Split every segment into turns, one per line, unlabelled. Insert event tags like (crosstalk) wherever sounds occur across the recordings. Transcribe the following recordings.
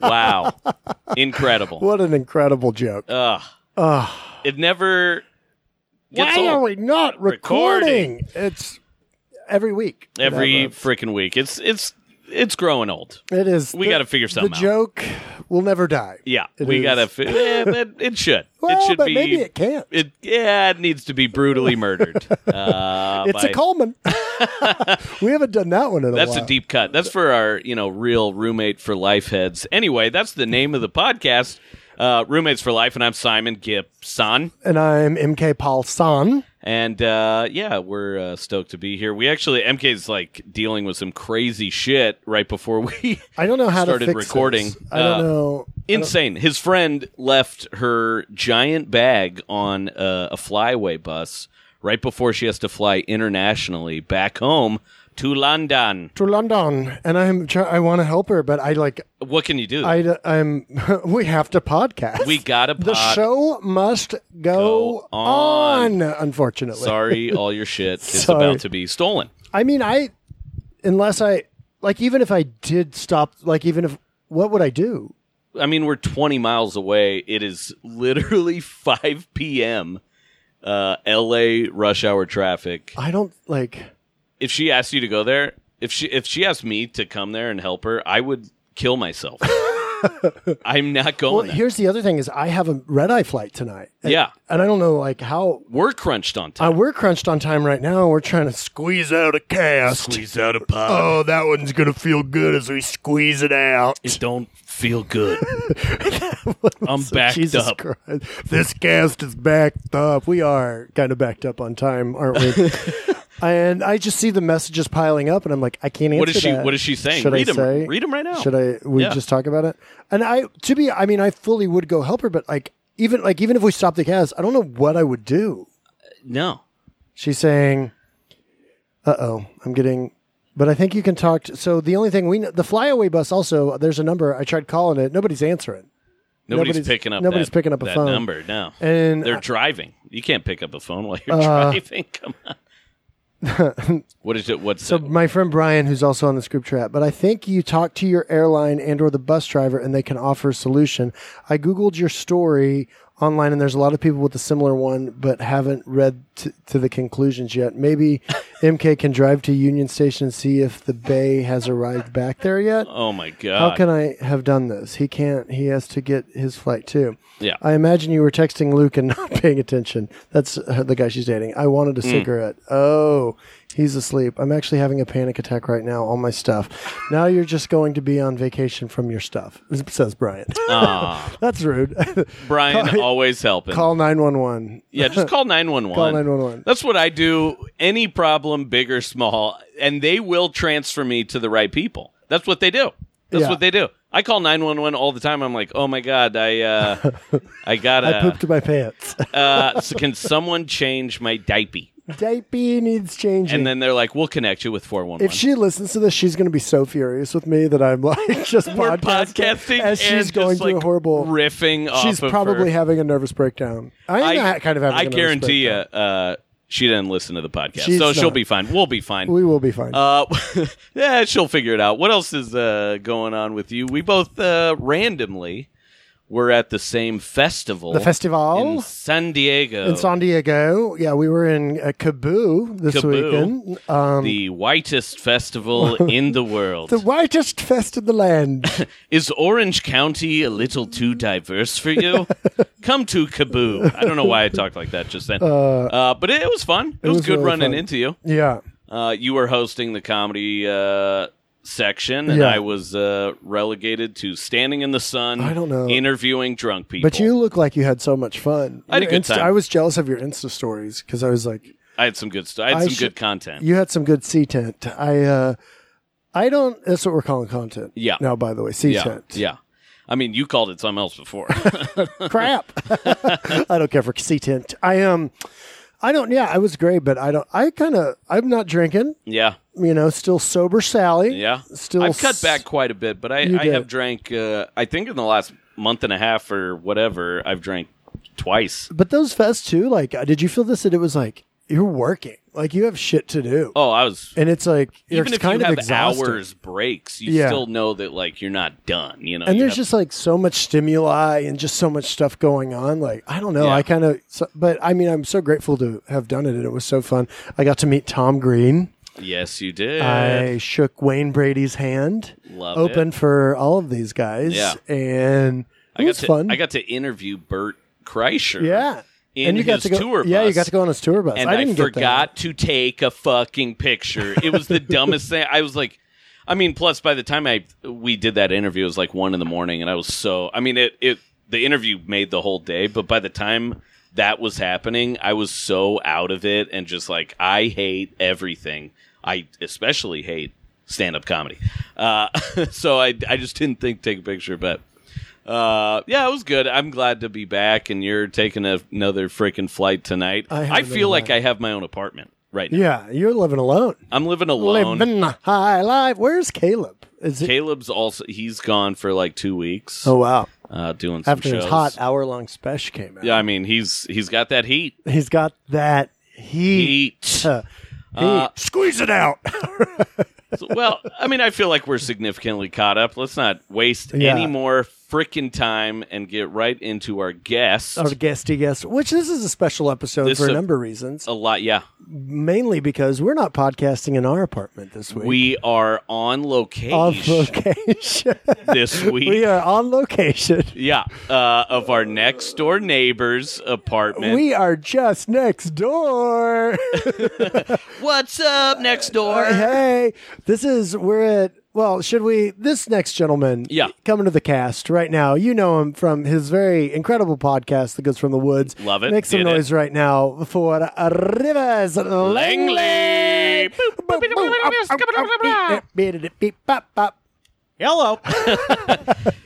wow. Incredible.
(laughs) What an incredible joke.
Ugh. It never gets
Why are
old
we not recording? It's every week.
every
Never.
freaking week. It's it's it's growing old.
it is.
we
the-
gotta figure something
The
out.
joke will never die.
Yeah,
It
we
is.
gotta. Fi- eh, but it should.
Well,
it should
but
be.
maybe it can't.
It yeah, it needs to be brutally
(laughs)
murdered. Uh,
it's
by- (laughs)
a Coleman. (laughs) we haven't done that one in a
That's
while.
a deep cut. That's for our you know real roommate for life heads. Anyway, that's the name of the podcast, uh, roommates for life, and I'm Simon Gibson.
and I'm MK Paul San.
And uh, yeah, we're uh, stoked to be here. We actually MK's like dealing with some crazy shit right before we (laughs)
I don't know how
Started
to fix
recording.
This. I don't
Uh,
know.
Insane. His friend left her giant bag on uh, a flyaway bus right before she has to fly internationally back home to London.
To London, and I'm. Try- I want to help her, but I like.
What can you do?
I. d- I'm. (laughs) we have to podcast.
we got a
the
pod.
show must go,
Go on.
on, Unfortunately,
Sorry, all your
(laughs)
shit is
Sorry.
about to be stolen.
I mean, I unless I like even if I did stop, like even if what would I do?
I mean, we're 20 miles away. It is literally (laughs) 5 p.m. Uh, L.A. rush hour traffic.
I don't like.
If she asked you to go there, if she if she asked me to come there and help her, I would kill
(laughs)
myself. I'm not going.
Well,
there.
here's the other thing: is I have a red eye flight tonight. And,
Yeah.
and I don't know like how
We're crunched on time.
uh, we're crunched on time right now. We're trying to squeeze out a cast.
Squeeze out a pod.
Oh, that one's gonna feel good as we squeeze it out.
(laughs) It don't feel
(laughs)
good. I'm backed
Jesus
up.
Christ. This cast is backed up. We are kind of backed up on time, aren't
(laughs)
we? and I just see the messages piling up, and I'm like, I can't answer
What is she?
that.
What is she saying?
Should
read
I
them.
say?
Read them right now.
Should I? We
Yeah.
just talk about it. And I, to be, I mean, I fully would go help her, but like, even like, even if we stopped the cast, I don't know what I would do.
No.
She's saying, "Uh oh, I'm getting." But I think you can talk. To, so the only thing we, kn- the flyaway bus also. There's a number. I tried calling it. Nobody's answering.
Nobody's,
Nobody's-
picking up.
nobody's
that-
picking up a
that
phone.
number. No.
And uh,
They're driving. You can't pick up a phone while you're driving. (laughs) Come on.
(laughs)
what is it? What's
So
it?
my friend Brian, who's also on the group chat, but I think you talk to your airline and or the bus driver, and they can offer a solution. I googled your story online, and there's a lot of people with a similar one, but haven't read t- to the conclusions yet. Maybe MK can drive to Union Station and see if the bay has arrived back there yet.
Oh my
How
god.
(laughs) can I have done this? He can't. He has to get his flight too.
Yeah.
I imagine you were texting Luke and (laughs) not paying attention. That's uh, the guy she's dating. I wanted
Hmm.
a cigarette. Oh, he's asleep. I'm actually having a panic attack right now. All my stuff. Now you're just going to be on vacation from your stuff, (laughs) says Brian.
Ah,
(laughs) That's rude. (laughs)
Brian always helping.
Call 911.
yeah, just call nine one one.
(laughs) Call 911.
That's what I do. Any problem, big or small, and they will transfer me to the right people. That's what they do. That's
Yeah.
what they do. I call nine one one all the time. I'm like, oh my god, I
(laughs)
uh, I gotta.
I pooped my pants. (laughs)
uh, so can someone change my diaper?
Diaper needs changing.
And then they're like, we'll connect you with four one
If
one.
she listens to this, she's going to be so furious with me that I'm like (laughs) just
We're
podcasting,
podcasting
as
and
she's
just,
going through
like,
a horrible.
riffing. off
she's
of
probably
her.
having a nervous breakdown. I am ha- kind of having.
I
a nervous
guarantee you,
breakdown.
uh, she didn't listen to the podcast,
She's
so she'll
not.
be fine. We'll be fine.
We will be fine.
uh, (laughs) yeah, she'll figure it out. What else is uh, going on with you? We both uh, randomly were at the same festival.
the festival
in San Diego.
in San Diego. Yeah, we were in uh, Kaboo this
Kaboo.
weekend. Um,
the whitest
(laughs)
festival in the world.
the whitest fest in
(laughs)
the land.
Is Orange County a little too diverse for
(laughs)
you? Come to Kaboo. I don't know why I talked like that just then. Uh, but it, it was fun. It, was,
was
good
really
running
fun.
into you.
yeah,
Uh, you were hosting the comedy uh, section, and
Yeah.
I was uh, relegated to standing in the sun.
I don't know.
interviewing drunk people.
but you look like you had so much fun.
I had a
Your
good
Insta-
time.
I was jealous of your Insta stories because I was like,
I had some good stuff. I had
I
some
should-
good content.
you had some good C tent. I. Uh, I don't. That's what we're calling content.
Yeah.
Now, by the way, C
yeah,
tent.
yeah. I mean, you called it something else
(laughs)
before. (laughs)
crap. (laughs) I don't care for sea tint. I um, I don't. Yeah, I was great, but I don't. I kind of. I'm not drinking.
yeah,
You know, still sober, Sally.
yeah.
Still.
I've cut
s-
back quite a bit, but I,
You
I
did.
have drank. Uh, I think in the last month and a half or whatever, I've drank twice.
But those fests too. Like, uh, did you feel this? That it was like you're working. Like you have shit to do,
Oh, I was.
and it's like
Even
it's
if you
kind of
have
exhausting.
hours breaks, you
Yeah.
still know that like you're not done. You know,
and
you
there's
have-
just like so much stimuli and just so much stuff going on like i don't know
Yeah.
i kind of so, but i mean i'm so grateful to have done it and it was so fun i got to meet tom green
yes, you did.
i shook wayne brady's hand
Loved Uh, it.
open for all of these guys
Yeah.
and it
I got
was
to,
fun
I got to interview Bert Kreischer.
yeah
in
and you got
his
to go
tour
yeah you
bus.
got to go on his tour bus
and
i
I,
didn't get that.
forgot to take a fucking picture. It
(laughs)
was the dumbest thing. I was like, I mean, plus by the time I we did that interview, it was like one in the morning, and I was so. I mean, it it the interview made the whole day, but by the time that was happening, I was so out of it and just like I hate everything. I especially hate stand up comedy. Uh, (laughs) so I I just didn't think take a picture, but. Uh, yeah, it was good. I'm glad to be back, and you're taking a, another freaking flight tonight.
I
I,
haven't
feel
been
like I have my own apartment right now.
yeah you're living alone
I'm living alone.
living a high life where's caleb is it
Caleb's also he's gone for like two weeks.
oh wow
uh, doing some
after
shows.
his hot hour-long special came out
Yeah, I mean he's he's got that heat.
He's got that heat. Uh,
Heat. Uh,
Heat. Squeeze
(laughs)
it out.
So- well, I mean I feel like we're significantly caught up. Let's not waste
Yeah.
any more freaking time and get right into our guest.
Our guesty guest, which this is a special episode
This
for a
a-
number of reasons,
A lot, yeah.
mainly because we're not podcasting in our apartment this week.
We are on location
on location.
this week.
(laughs) we are on location.
Yeah, uh, of our next door neighbor's apartment.
We are just next door.
What's up next door?
hey, this is we're at. Well, should we? This next gentleman,
Yeah.
coming to the cast right now. You know him from his very incredible podcast that goes from the woods.
Love it.
Make some
Did it.
noise right now for Rivers Langley.
Langley.
Hello.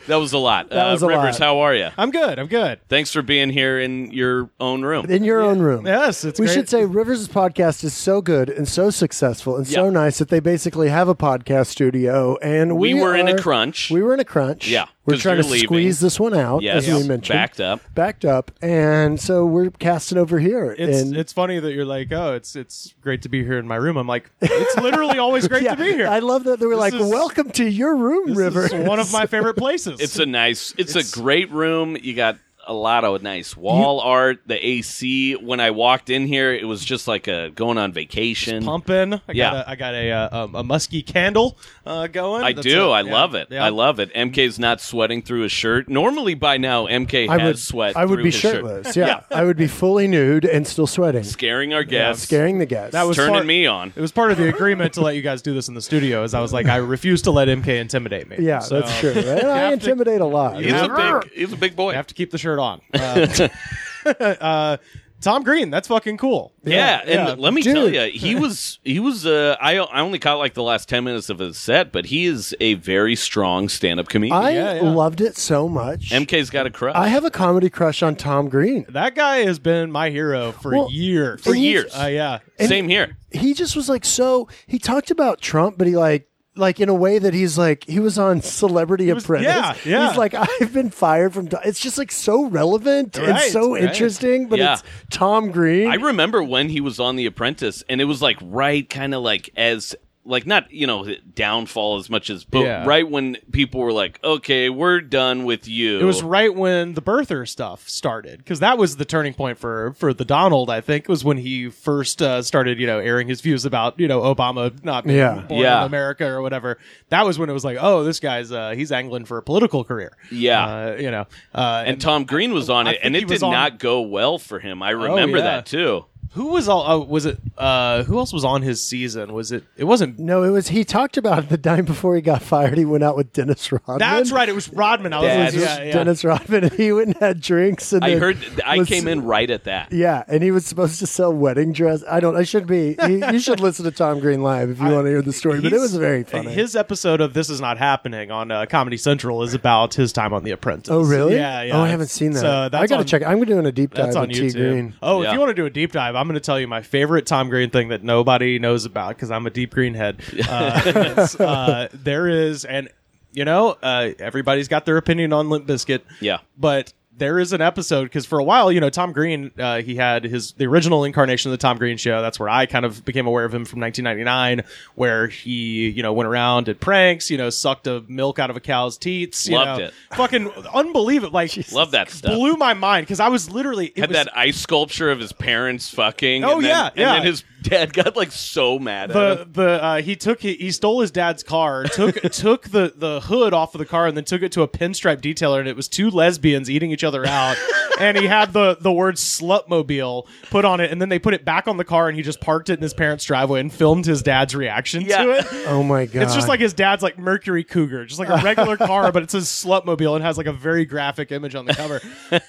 That was a lot. uh,
was a
Rivers,
lot.
how are you?
I'm good. I'm good.
Thanks for being here in your own room.
In your own room.
Yes, it's
We
great.
should say Rivers' podcast is so good and so successful and so
Yeah.
nice that they basically have a podcast studio. And we,
We were in a
are-
crunch.
We were in a crunch.
Yeah,
we're
'cause
trying to
you're leaving.
squeeze this one out,
Yes,
as we mentioned,
backed up.
backed up, and so we're casting over here.
It's
and
it's funny that you're like, oh, it's it's great to be here in my room. I'm like, it's literally always great
(laughs) yeah,
to be here.
I love that they were
This
like,
is-
"Welcome to your room,
This
River."
is one of
(laughs)
my favorite places.
It's a nice. It's, a great room. You got a lot of nice wall art. The AC. When I walked in here, it was just like a going on vacation.
pumping. I
Yeah.
got a, I got a uh, um, a musky candle uh, going.
I
That's
do.
a-
I
yeah,
love it.
yeah.
I love it. MK's not sweating through his shirt. Normally by now, MK
I
has
would
sweat.
I would
through
be
his shirt.
shirtless. Yeah. I would be fully nude and still sweating,
Scaring our guests.
scaring the guests.
That was
turning
part-
me on.
It was part of the agreement to let you guys do this in the studio. Is I was like, I refuse to let MK intimidate me.
yeah,
So,
that's
(laughs)
true. And I intimidate a lot.
He's a
Yeah.
big. He's a big boy.
I have to keep the shirt
(laughs)
on. Uh, (laughs) uh, Tom Green, that's fucking cool.
Yeah, and
yeah.
let me
Dude.
tell
(laughs)
you, he was he was. Uh, I I only caught like the last ten minutes of his set, but he is a very strong stand up comedian.
I
Yeah, yeah.
loved it so much.
MK's got a crush.
I have a comedy crush on Tom Green.
That guy has been my hero for
Well,
years.
for
and he's-
years.
Uh, yeah.
Same here.
he just was like so he talked about Trump, but he like like in a way that he's like he was on Celebrity
was-
Apprentice.
yeah, yeah.
He's like (laughs) I've been fired from. Tom-" It's just like so relevant and
Right,
so
right.
interesting, but
Yeah.
it's Tom Green.
I remember when he was on The Apprentice, and it was like right, kind of like as like not you know downfall as much as, but
Yeah.
right when people were like, okay, we're done with you.
It was right when the birther stuff started because that was the turning point for for the Donald. I think was when he first uh, started, you know, airing his views about you know Obama not being
Yeah.
born
Yeah.
in America or whatever. That was when it was like, oh, this guy's uh, he's angling for a political career.
Yeah.
uh, you know, uh,
and Tom Green was on
I
it, and
think he
it
was
did
on- Oh,
not go well for him. I remember
yeah.
that too.
who was all? Oh, was it? Uh, who else was on his season? Was it? It wasn't.
no, it was he talked about the time before he got fired. He went out with Dennis Rodman.
That's right. It was Rodman. I was
That's-
like, yeah, yeah.
Dennis Rodman. And he went and had drinks. And
I
then
heard. I
was-
came in right at that.
Yeah, and he was supposed to sell wedding dress. I don't. I should be. You, you should listen to Tom Green live if you want to hear the story. But it
He's-
was very funny.
His episode of This Is Not Happening on uh, Comedy Central is about his time on The Apprentice.
Oh really?
Yeah, yeah.
Oh, I haven't seen that.
So that's
I gotta
on-
check. I'm doing a deep dive
That's on
on T
YouTube.
Green.
Oh,
Yeah.
if you want to do a deep dive, I'm going to tell you my favorite Tom Green thing that nobody knows about because I'm a deep green
(laughs)
head. Uh, it's, uh, there is, and you know, uh, everybody's got their opinion on Limp Biscuit.
Yeah.
But there is an episode because for a while, you know, Tom Green, uh, he had his the original incarnation of the Tom Green Show. That's where I kind of became aware of him from 1999, where he, you know, went around did pranks, you know, sucked a milk out of a cow's teats. You
Loved
know.
it.
Fucking unbelievable. Like,
Love that stuff.
Blew my mind because I was literally it
had
was-
that ice sculpture of his parents fucking.
Oh,
and then-
yeah, yeah.
And then his (laughs) dad got like so mad at
the
him.
the uh, he took he stole his dad's car, took (laughs) took the the hood off of the car, and then took it to a pinstripe detailer, and it was two lesbians eating each other
(laughs)
out, and he had the the word slutmobile put on it, and then they put it back on the car, and he just parked it in his parents' driveway and filmed his dad's reaction to
Yeah.
it.
(laughs)
Oh my god!
It's just like his dad's like Mercury Cougar, just like a regular car, but it says Slutmobile and has like a very graphic image on the cover.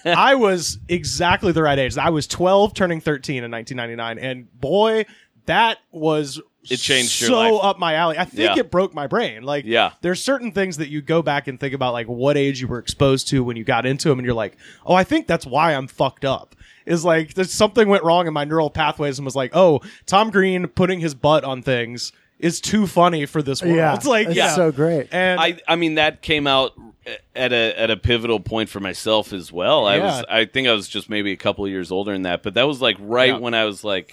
I was exactly the right age. I was 12, turning 13 in 1999, and boy, that was
It changed your
so
life.
up my alley. I think
Yeah.
it broke my brain. Like,
Yeah.
there's certain things that you go back and think about, like what age you were exposed to when you got into them, and you're like, oh, I think that's why I'm fucked up. Is like there's something went wrong in my neural pathways and was like, oh, Tom Green putting his butt on things is too funny for this world.
yeah,
it's like
it's
yeah,
so great.
and
I, I mean that came out at a at a pivotal point for myself as well. I
Yeah.
was I think I was just maybe a couple of years older than that, but that was like right
Yeah.
when I
(laughs)
was like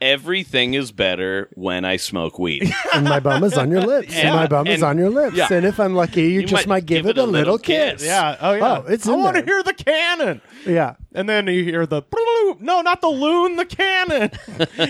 everything is better when I
(laughs)
smoke weed.
(laughs) and my bum is on your lips. And
Yeah,
my bum is
and-
on your lips.
yeah.
And if I'm lucky, you,
You
just might, give it a little kiss.
yeah, oh yeah,
Oh, it's
I
in
want to
there.
hear the cannon.
Yeah.
And then you hear the no, not the loon, the
(laughs)
cannon.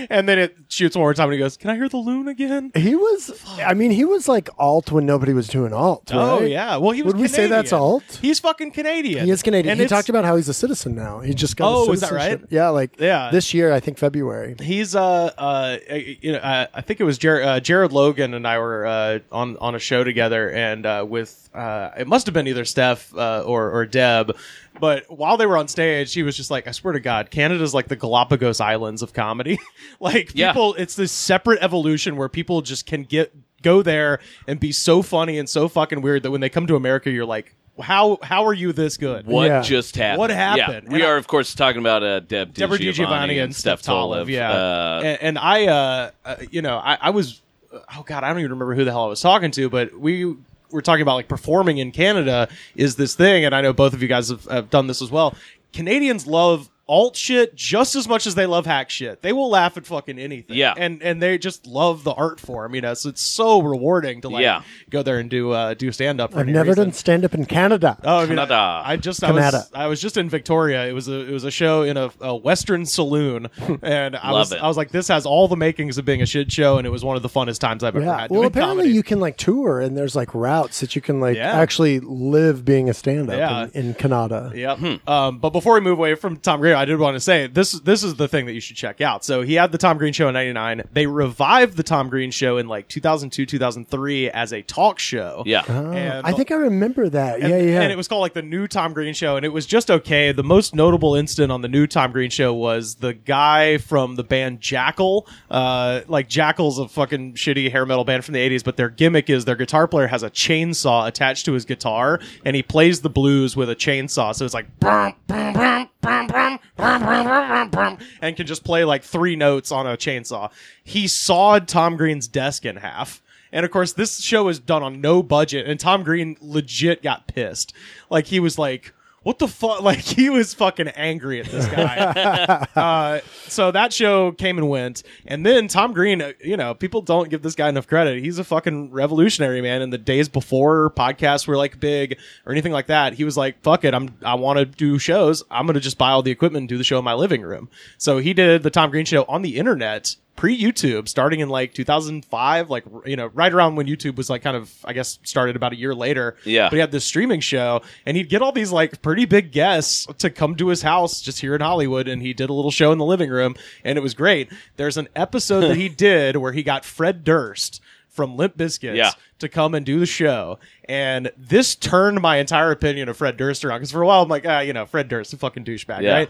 and then it shoots one more time, and he goes, "Can I hear the loon again?"
He was. I mean, he was like alt when nobody was doing alt.
Oh
right?
yeah. Well, he was.
Would we say that's
Canadian.
alt?
He's fucking Canadian.
He is Canadian.
And
he
it's-
talked about how he's a citizen now. He just got.
Oh,
a
is that
citizenship.
right?
Yeah, like
Yeah.
this year, I think February.
He's uh uh you know uh, I think it was Jer- uh, Jared Logan and I were uh, on on a show together and uh, with uh, it must have been either Steph uh, or or Deb, but while they were on stage, he was just like, I swear to God, Canada's like the Galapagos Islands of comedy. (laughs) like
Yeah.
people, it's this separate evolution where people just can get go there and be so funny and so fucking weird that when they come to America, you're like, how how are you this good?
What
Yeah.
just happened?
What
Yeah.
happened?
We
And I-
are of course talking about uh, Deb
Deborah
DiGiovanni
DiGiovanni and Steph Tolev. Yeah,
Uh,
and, and I, uh, uh, you know, I, I was, oh god, I don't even remember who the hell I was talking to, but we were talking about like performing in Canada is this thing, and I know both of you guys have, have done this as well. Canadians love alt shit just as much as they love hack shit. They will laugh at fucking anything.
Yeah.
and and they just love the art form. You know, so it's so rewarding to like
Yeah. go
go there and do uh, do stand up.
I've never done stand up in Canada.
Oh, I mean,
Canada.
I, I just I
Canada.
was, I was just in Victoria. It was a it was a show in a, a Western
(laughs)
saloon, and I
Love
was
it.
I was like, this has all the makings of being a shit show, and it was one of the funnest times I've ever
yeah.
had.
Well,
doing
apparently
comedy.
you can like tour, and there's like routes that you can like
Yeah.
actually live being a stand up
Yeah.
in, in Canada.
Yep.
Hmm.
Um, but before we move away from Tom Green, I did want to say this. This is the thing that you should check out. So he had the Tom Green Show in '99. They revived the Tom Green Show in like 2002, 2003 as a talk show.
yeah.
Oh,
And-
I think I remember that.
And,
yeah, yeah.
and it was called like the new Tom Green show, and it was just okay. The most notable incident on the new Tom Green show was the guy from the band Jackal. Uh, like Jackal's a fucking shitty hair metal band from the '80s, but their gimmick is their guitar player has a chainsaw attached to his guitar, and he plays the blues with a chainsaw. So it's like brum, brum, brum, brum, brum, brum, brum, brum, brum, brum, and can just play like three notes on a chainsaw. He sawed Tom Green's desk in half. And of course, this show is done on no budget, and Tom Green legit got pissed. Like he was like, "What the fuck?" (laughs) Like he was fucking angry at this guy. uh, so that show came and went, and then Tom Green. uh, You know, people don't give this guy enough credit. He's a fucking revolutionary man. In the days before podcasts were like big or anything like that, he was like, "Fuck it, I'm I want to do shows. I'm gonna just buy all the equipment and do the show in my living room." So he did the Tom Green show on the internet pre YouTube, starting in like 2005, like r- you know, right around when YouTube was like kind of, I guess, started about a year later.
Yeah.
but he had this streaming show, and he'd get all these like pretty big guests to come to his house just here in Hollywood, and he did a little show in the living room, and it was great. There's an episode that he did where he got Fred Durst from Limp Bizkit
Yeah.
to come and do the show. And this turned my entire opinion of Fred Durst around because for a while I'm like, ah, you know, Fred Durst, a fucking douchebag,
Yeah.
right?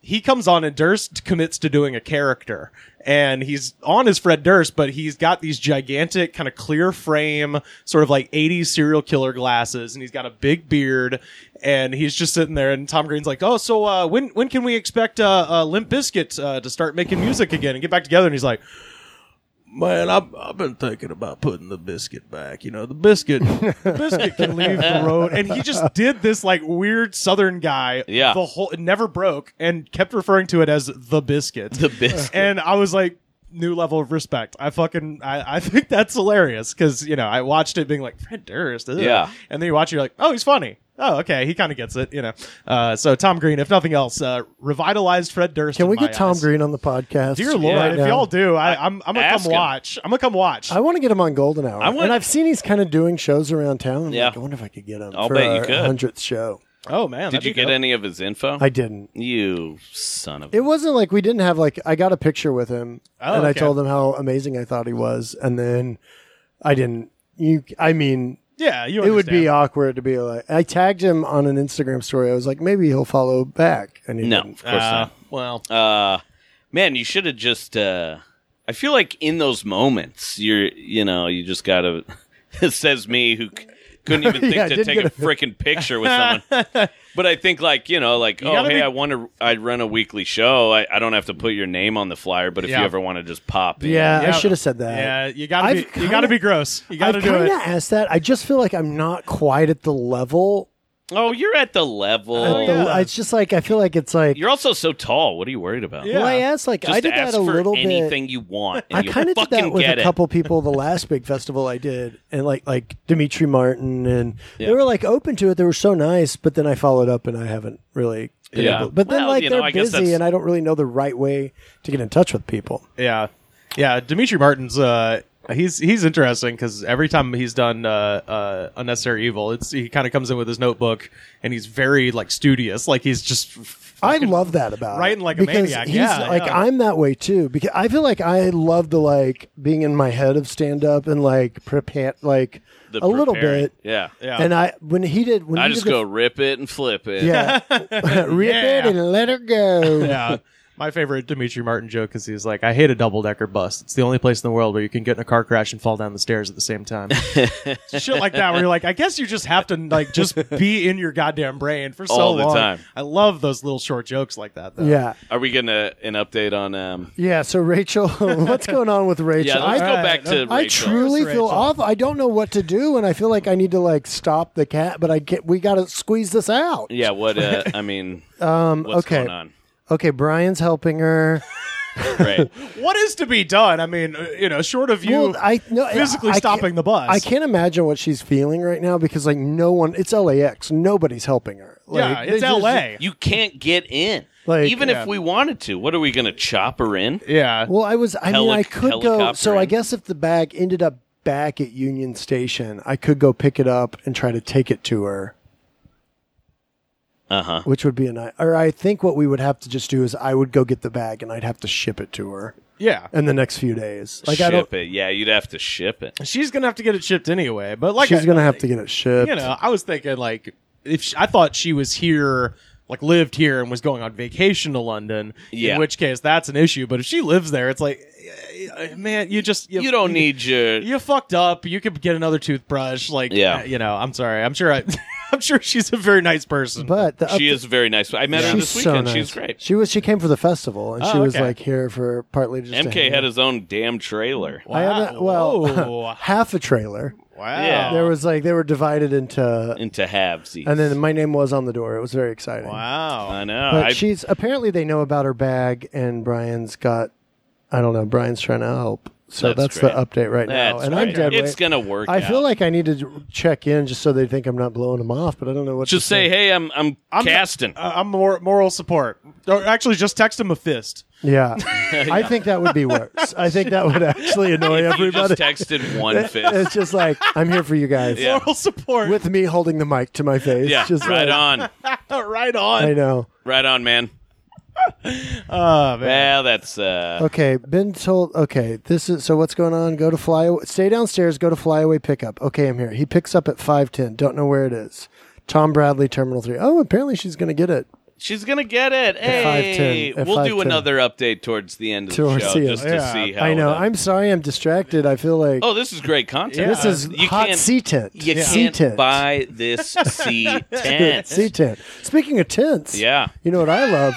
He comes on and Durst commits to doing a character, and he's on as Fred Durst, but he's got these gigantic, kind of clear frame, sort of like '80s serial killer glasses, and he's got a big beard, and he's just sitting there. And Tom Green's like, "Oh, so uh, when when can we expect uh, uh, Limp Bizkit uh, to start making music again and get back together?" And he's like,
Man, I've, I've been thinking about putting the biscuit back. You know, the biscuit.
biscuit can leave the road and he just did this like weird southern guy
Yeah.
the whole it never broke and kept referring to it as the biscuit
The biscuit.
(laughs) and i was like new level of respect i fucking i, I think that's hilarious because you know i watched it being like fred durst ugh.
Yeah.
and then you watch it you're like oh he's funny Oh, okay. He kind of gets it, you know. Uh, so Tom Green, if nothing else, uh, revitalized Fred Durst.
Can
in
we
my
get Tom
eyes.
Green on the podcast?
Dear Lord,
right
if
now?
y'all do, I, I'm, I'm gonna
Ask
come
him.
watch. I'm gonna come watch.
I want to get him on Golden Hour,
I want-
and I've seen he's kind of doing shows around town. I'm
Yeah.
like, I wonder if I could get him.
I'll
for
bet you
our
could.
Hundredth show.
oh man,
Did you get any of his info?
I didn't.
you son of.
It wasn't like we didn't have like I got a picture with him,
Oh,
and I
okay.
told him how amazing I thought he was, and then I didn't. You, I mean,
Yeah, (laughs) you.
it would
understand.
be awkward to be like. I tagged him on an Instagram story. I was like, maybe he'll follow back, and he
no,
didn't.
of course
Uh, Well,
not. Uh, man, you should have just. Uh, I feel like in those moments, you're. You know, you just gotta. (laughs) it says me who. c- Couldn't even think
(laughs) Yeah, I
to
did
take
get
a
a-
freaking picture with
(laughs)
someone, but I think like you know, like oh
gotta
hey,
be-
I want to, I run a weekly show. I, I don't have to put your name on the flyer, but if
Yeah.
you ever want to just pop, in,
Yeah,
Yeah.
I should have said that.
yeah, you gotta
I've
be,
kinda-
you gotta be gross. You
I
gotta do
kind of
it.
asked that. I just feel like I'm not quite at the level.
Oh, you're at the level.
at the-
Oh, yeah.
It's just like I feel like it's like.
You're also so tall. What are you worried about?
Yeah.
Well, I asked like
Just
I did
ask
that a
for
little bit.
anything you want. And
I
you'll
kind of did that
fucking
with
get
a
it.
couple people the last big festival I did, and like like Dimitri Martin, and
Yeah.
they were like open to it. They were so nice, but then I followed up, and I haven't really. been
Yeah.
able- but then
Well,
like
you know,
they're
I guess
busy,
that's-
and I don't really know the right way to get in touch with people.
Yeah, yeah. Dimitri Martin's uh, he's he's interesting because every time he's done uh, uh, unnecessary evil, it's he kind of comes in with his notebook and he's very like studious, like he's just.
I
fucking-
love that about
writing
it
like a
because
maniac.
He's,
Yeah,
like
yeah.
I'm that way too because I feel like I love the like being in my head of stand up and like prepare like
The
a little
preparing.
bit.
Yeah.
Yeah.
And I when he did when
I
he
just
did
go (laughs)
the-
rip it and flip it.
yeah (laughs) rip it
Yeah.
and let her go
yeah. (laughs) My favorite Dimitri Martin joke is he's like, I hate a double decker bus. It's the only place in the world where you can get in a car crash and fall down the stairs at the same
(laughs)
time. Shit like that, where you're like, I guess you just have to like just be in your goddamn brain for so
All the
long.
time.
I love those little short jokes like that. Though.
yeah.
Are we getting a, an update on? Um,
Yeah, so Rachel, (laughs) what's going on with Rachel?
(laughs) yeah. Let's
I,
go back to Rachel.
I truly
Where's
feel
Rachel?
awful. I don't know what to do, and I feel like I need to like stop the cat, but I get we got to squeeze this out.
yeah. What?
(laughs)
Uh, I mean,
Um,
what's
okay,
going on?
okay. Brian's helping (laughs) her. (laughs)
Right.
What is to be done? I mean, uh, you know, short of you
Well, I no,
physically
I can't-
stopping the bus.
I can't imagine what she's feeling right now because like no one. It's LAX. Nobody's helping her.
Yeah,
Like,
it's
they just-
LA.
You can't get in.
Like-
Even
Yeah.
if we wanted to, what are we going to chop her in?
yeah.
Well, I was. I mean,
Helic-
I could go. So I
helicoptering.
guess if the bag ended up back at Union Station, I could go pick it up and try to take it to her.
Uh huh.
which would be a nice. Or I think what we would have to just do is I would go get the bag and I'd have to ship it to her
yeah.
in the next few days. Like I don't.
ship it. Yeah, you'd have to ship it.
She's going to have to get it shipped anyway. But like,
she's
I-
gonna have to get it shipped.
you know, I was thinking like if she, I thought she was here, like lived here and was going on vacation to London.
Yeah.
In which case, that's an issue. But if she lives there, it's like, eh, eh, man, you just
You don't need your.
You fucked up. You could get another toothbrush. Like,
Yeah.
yeah. You know, I'm sorry. I'm sure. I, (laughs) I'm sure she's a very nice person.
But the
She is very nice. I met her
She's
this
so
weekend.
nice.
She's great.
She was. She came for the festival, and
Oh,
she was
okay.
like here for partly just. to
MK
hang
had
out.
his own damn trailer.
I haven't. Well, (laughs)
Whoa.
half a trailer.
wow.
Yeah.
There was like they were divided into,
into halvesies.
and then my name was on the door. It was very exciting.
Wow.
I know.
But
I,
she's apparently they know about her bag, and Brian's got. I don't know. Brian's trying to help. So
That's
that's, the update right now,
that's
and I'm
right.
dead.
It's
weight.
gonna work.
I feel
out.
like I need to check in just so they think I'm not blowing them off, but I don't know what
just
to
say, hey, I'm I'm,
I'm not-
casting.
Uh, I'm more moral support. Or actually, just text him a fist. (laughs)
Yeah,
(laughs)
I think that would be worse. I think that would actually annoy
you just
everybody. (laughs)
texted one fist.
It's just like I'm here for you guys
Yeah.
Moral support.
with me holding the mic to my face.
yeah,
just
right
like,
on,
right on.
I know.
right on, man.
Oh, man.
Well, that's uh,
Okay, been told. Okay, this is so. What's going on? Go to fly. Stay downstairs. Go to flyaway pickup. Okay, I'm here. He picks up at five ten. Don't know where it is. Tom Bradley Terminal Three. Oh, apparently she's going to get it.
She's gonna get it. Hey,
5'10", at
we'll do
5'10".
another update towards the end of
Towards
the show
the end.
just to
Yeah.
see how.
I know.
that-
I'm sorry. I'm distracted. I feel like
oh, this is great content.
this is
You
hot
can't-
sea tent.
You
Sea
can't
tent.
buy
(laughs)
this C tent.
sea tent. Speaking of tents,
Yeah.
You know what
(laughs)
I love?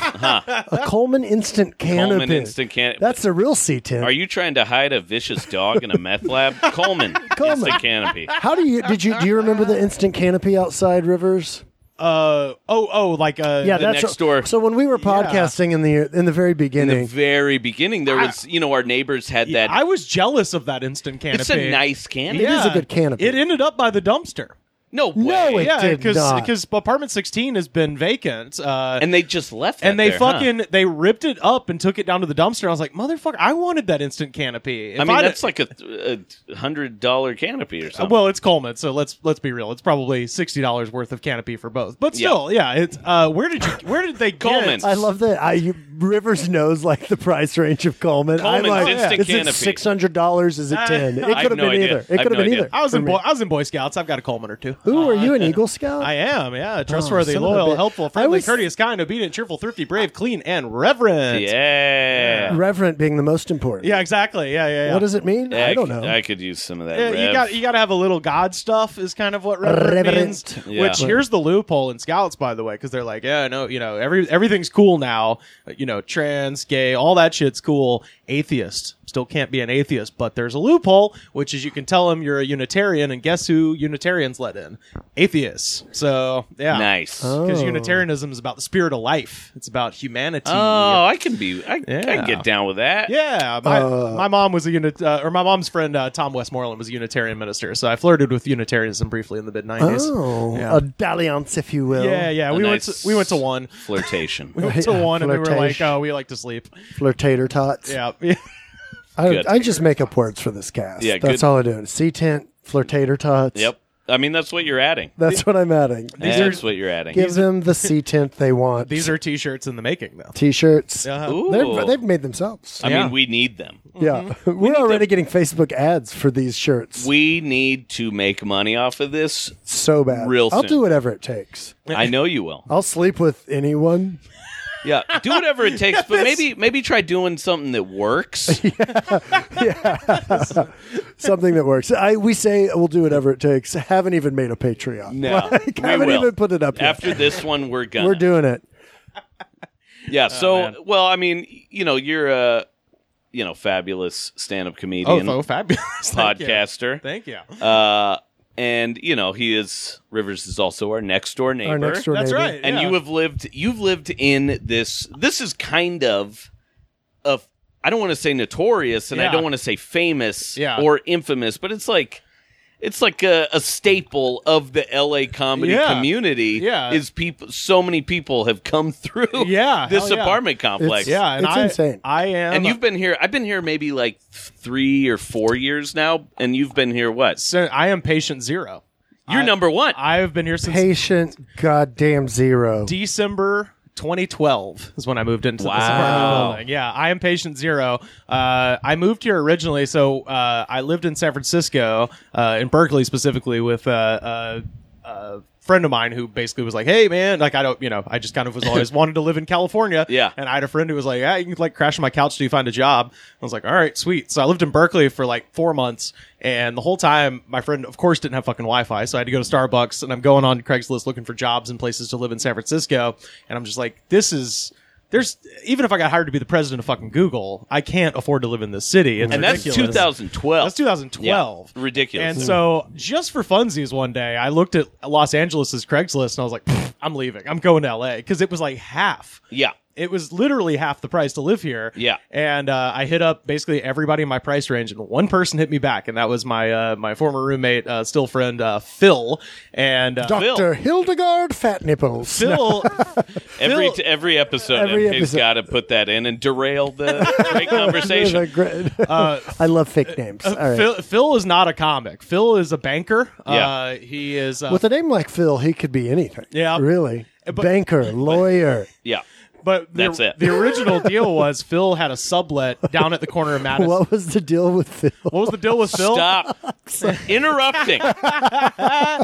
A Coleman instant can
Coleman
opener.
instant can.
That's a real sea tent.
Are you trying to hide a vicious dog in a meth lab,
(laughs)
Coleman?
Coleman.
Instant canopy.
How do you did you do you
(laughs)
remember the instant canopy outside Rivers?
Uh oh oh like uh
Yeah,
the
that's
next
what-
door-
So when we were podcasting in the in the very
In the
beginning,
very beginning, there was you know our neighbors had that.
I was jealous of that instant canopy.
it's a nice canopy.
is a good canopy.
It ended up by the dumpster.
No
No,
way.
it-
yeah,
did not.
because apartment sixteen has been vacant. Uh,
And they just left.
and
that
they
there, huh?
fucking they ripped it up and took it down to the dumpster. I was like, motherfucker, I wanted that instant canopy. If
I mean,
I'd-
that's like a, a hundred dollar canopy or
Uh,
something.
well, it's Coleman, so let's let's be real. It's probably sixty dollars worth of canopy for both. But still, yeah, it's uh, where did you where did they get-
Coleman.
I love that. I you, Rivers knows like the price range of Coleman.
Coleman's
I'm like,
instant
is
canopy. Ah,
it six hundred dollars? Is it ten? It could
I
have
have
been
no idea.
either.
I have
It could have
no
been
idea. Uh,
either.
I was in
for
boy,
me.
I was in Boy Scouts. I've got a Coleman or two.
Ooh, are you an Eagle Scout?
I am, yeah. Trustworthy,
Oh, son of a
loyal,
bitch.
helpful,
I
friendly,
was-
courteous, kind, obedient, cheerful, thrifty, brave, clean, and reverent.
yeah.
Reverent being the most important.
Yeah, exactly. Yeah, yeah, yeah.
What does it mean?
Yeah,
I don't
c-
know.
I could use some of that.
Yeah,
rev.
you got you got to have a little God stuff is kind of what reverend,
Reverend.
means.
Yeah.
Which here's the loophole in Scouts, by the way, because they're like, yeah, no, you know, every everything's cool now. Uh, You know, trans, gay, all that shit's cool. Atheist still can't be an atheist, but there's a loophole, which is you can tell them you're a Unitarian, and guess who Unitarians let in? Atheists. So yeah,
nice. Oh,
Because
Oh.
Unitarianism is about the spirit of life. It's about humanity.
Oh.
Oh, I can be. I, I can get down with that.
Yeah, my, my mom was a unit, uh, or my mom's friend uh, Tom Westmoreland was a Unitarian minister, so I flirted with Unitarianism briefly in the mid nineties.
oh,
Yeah.
a dalliance, if you will.
yeah, yeah,
A
we went
nice
to, we went to
(laughs)
one,
flirtation.
(laughs) we went to
Yeah,
one, and we were like,
flirtation.
oh, we like to sleep.
Flirtator tots.
Yeah, (laughs)
I,
uh, Good.
I just make up words for this cast.
Yeah,
that's
good.
all I do. Sea tent, flirtator tots.
yep. I mean, that's what you're adding.
That's what I'm adding.
That's what you're adding.
Give them the sea tent
(laughs)
they want.
these are T-shirts in the making, though. Uh-huh.
t-shirts.
Ooh.
They're, they've made themselves.
I
Yeah.
mean, we need them.
yeah, (laughs) we're already getting Facebook ads for these shirts.
We need to make money off of this.
so bad.
Real
I'll
soon.
do whatever it takes.
I know you will.
I'll sleep with anyone.
Yeah, do whatever
(laughs)
it takes, but maybe maybe try doing something that works.
Something that works. I we say we'll do whatever it takes. Haven't even made a Patreon.
No,
(laughs) Like,
we
haven't
will.
even put it up yet.
After this one, we're gonna.
we're doing it.
Yeah. So,
man.
well, I mean, you know, you're a, you know, fabulous stand-up
Oh,
comedian,
oh, fabulous (laughs) Thank you.
podcaster,
Thank you.
uh, and you know, he is Rivers is also our next door neighbor.
Our next door
That's
neighbor.
right.
and
yeah.
you have lived, you've lived in this. This is kind of, of I don't want to say notorious, and I
Yeah.
don't want to say famous
Yeah.
or infamous, but it's like. It's like a, a staple of the LA comedy
Yeah.
community.
Yeah.
is people. So many people have come through.
(laughs) Yeah,
this
hell yeah.
apartment complex.
yeah, and
It's
I,
insane.
I am,
and you've been here. I've been here maybe like th- three or four years now, and you've been here what?
so I am patient zero.
You're
I-
number one.
I have been here since
Patient, goddamn zero.
December 2012 is when I moved into this
Wow.
apartment building. Yeah, I am patient zero. Uh, I moved here originally, so uh, I lived in San Francisco, uh, in Berkeley specifically, with a, a, a friend of mine who basically was like, "Hey, man, like I don't, you know, I just kind of was always wanted to live in California."
Yeah.
and I had a friend who was like, "Yeah, you can like crash on my couch till you find a job." I was like, "All right, sweet." So I lived in Berkeley for like four months, and the whole time, my friend, of course, didn't have fucking Wi-Fi, so I had to go to Starbucks, and I'm going on Craigslist looking for jobs and places to live in San Francisco, and I'm just like, "This is." There's even if I got hired to be the president of fucking Google, I can't afford to live in this city. It's
and that's
ridiculous.
2012.
That's 2012.
Yeah, ridiculous. Mm.
And so, just for funsies, one day I looked at Los Angeles's Craigslist and I was like, "Pfft, I'm leaving. I'm going to LA because it was like half.
yeah,
It was literally half the price to live here.
Yeah.
And uh, I hit up basically everybody in my price range, and one person hit me back, and that was my uh, my former roommate, uh, still friend uh, Phil. And uh,
(laughs) Doctor Hildegard Fat Nipples.
Phil,
every
Phil-
t- every episode,
Every
he's
episode.
got to put that in and derail
(laughs)
the great conversation. Uh,
I love fake names. All right.
Phil, Phil is not a comic. Phil is a banker.
Yeah.
Uh, he is uh,
With a name like Phil, he could be anything.
Yeah. Eh, (laughs)
Really. Banker, lawyer.
yeah,
But the,
That's it.
The original deal was Phil had a sublet down at the corner
(laughs)
of Madison.
What was the deal with Phil?
What was the deal with Phil?
Stop
(laughs)
interrupting.
He had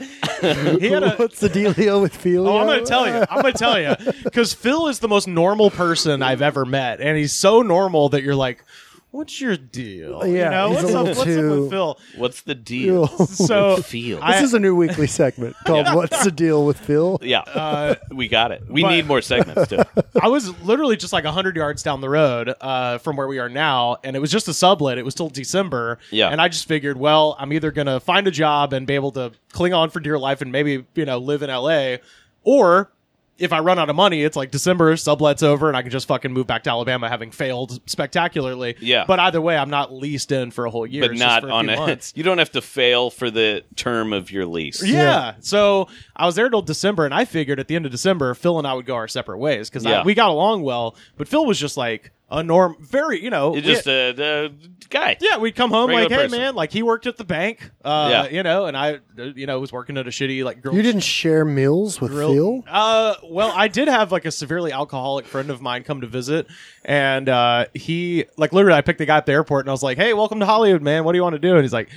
a,
What's the dealio with Felio?
Oh, I'm going to tell you. I'm going to tell
(laughs)
you. Because Phil is the most normal person I've ever met. And he's so normal that you're like, what's your deal?
Yeah,
you know,
he's a
what's, up, what's
little
up
too-
with
(laughs)
Phil?
What's the deal?
So
Feel.
I-
This is a new
(laughs)
weekly segment called "What's the Deal with Phil."
Yeah, we got it. We
Uh, but-
need more
(laughs)
segments too.
I was literally just like 100 yards down the road uh, from where we are now, and it was just a sublet. It was till December.
Yeah.
And I just figured, well, I'm either going to find a job and be able to cling on for dear life and maybe, you know, live in LA, or if I run out of money, it's like December, sublet's over, and I can just fucking move back to Alabama having failed spectacularly.
Yeah.
But either way, I'm not leased in for a whole year.
but
It's just
not
for
on
few
a.
months.
You don't have to fail for the term of your lease.
Yeah. So I was there till December, and I figured at the end of December, Phil and I would go our separate ways because
Yeah.
we got along well. But Phil was just like a norm, very you know,
It's
we-
just a the guy.
yeah. We'd come home
regular
like, hey
person.
man, like he worked at the bank, uh,
Yeah.
you know, and I, uh, you know, was working at a shitty like girl.
You didn't share meals with Phil.
Uh, well, I did have like a severely alcoholic friend of mine come to visit, and uh, he like literally, I picked the guy at the airport, and I was like, "Hey, welcome to Hollywood, man. What do you want to do?" And he's like,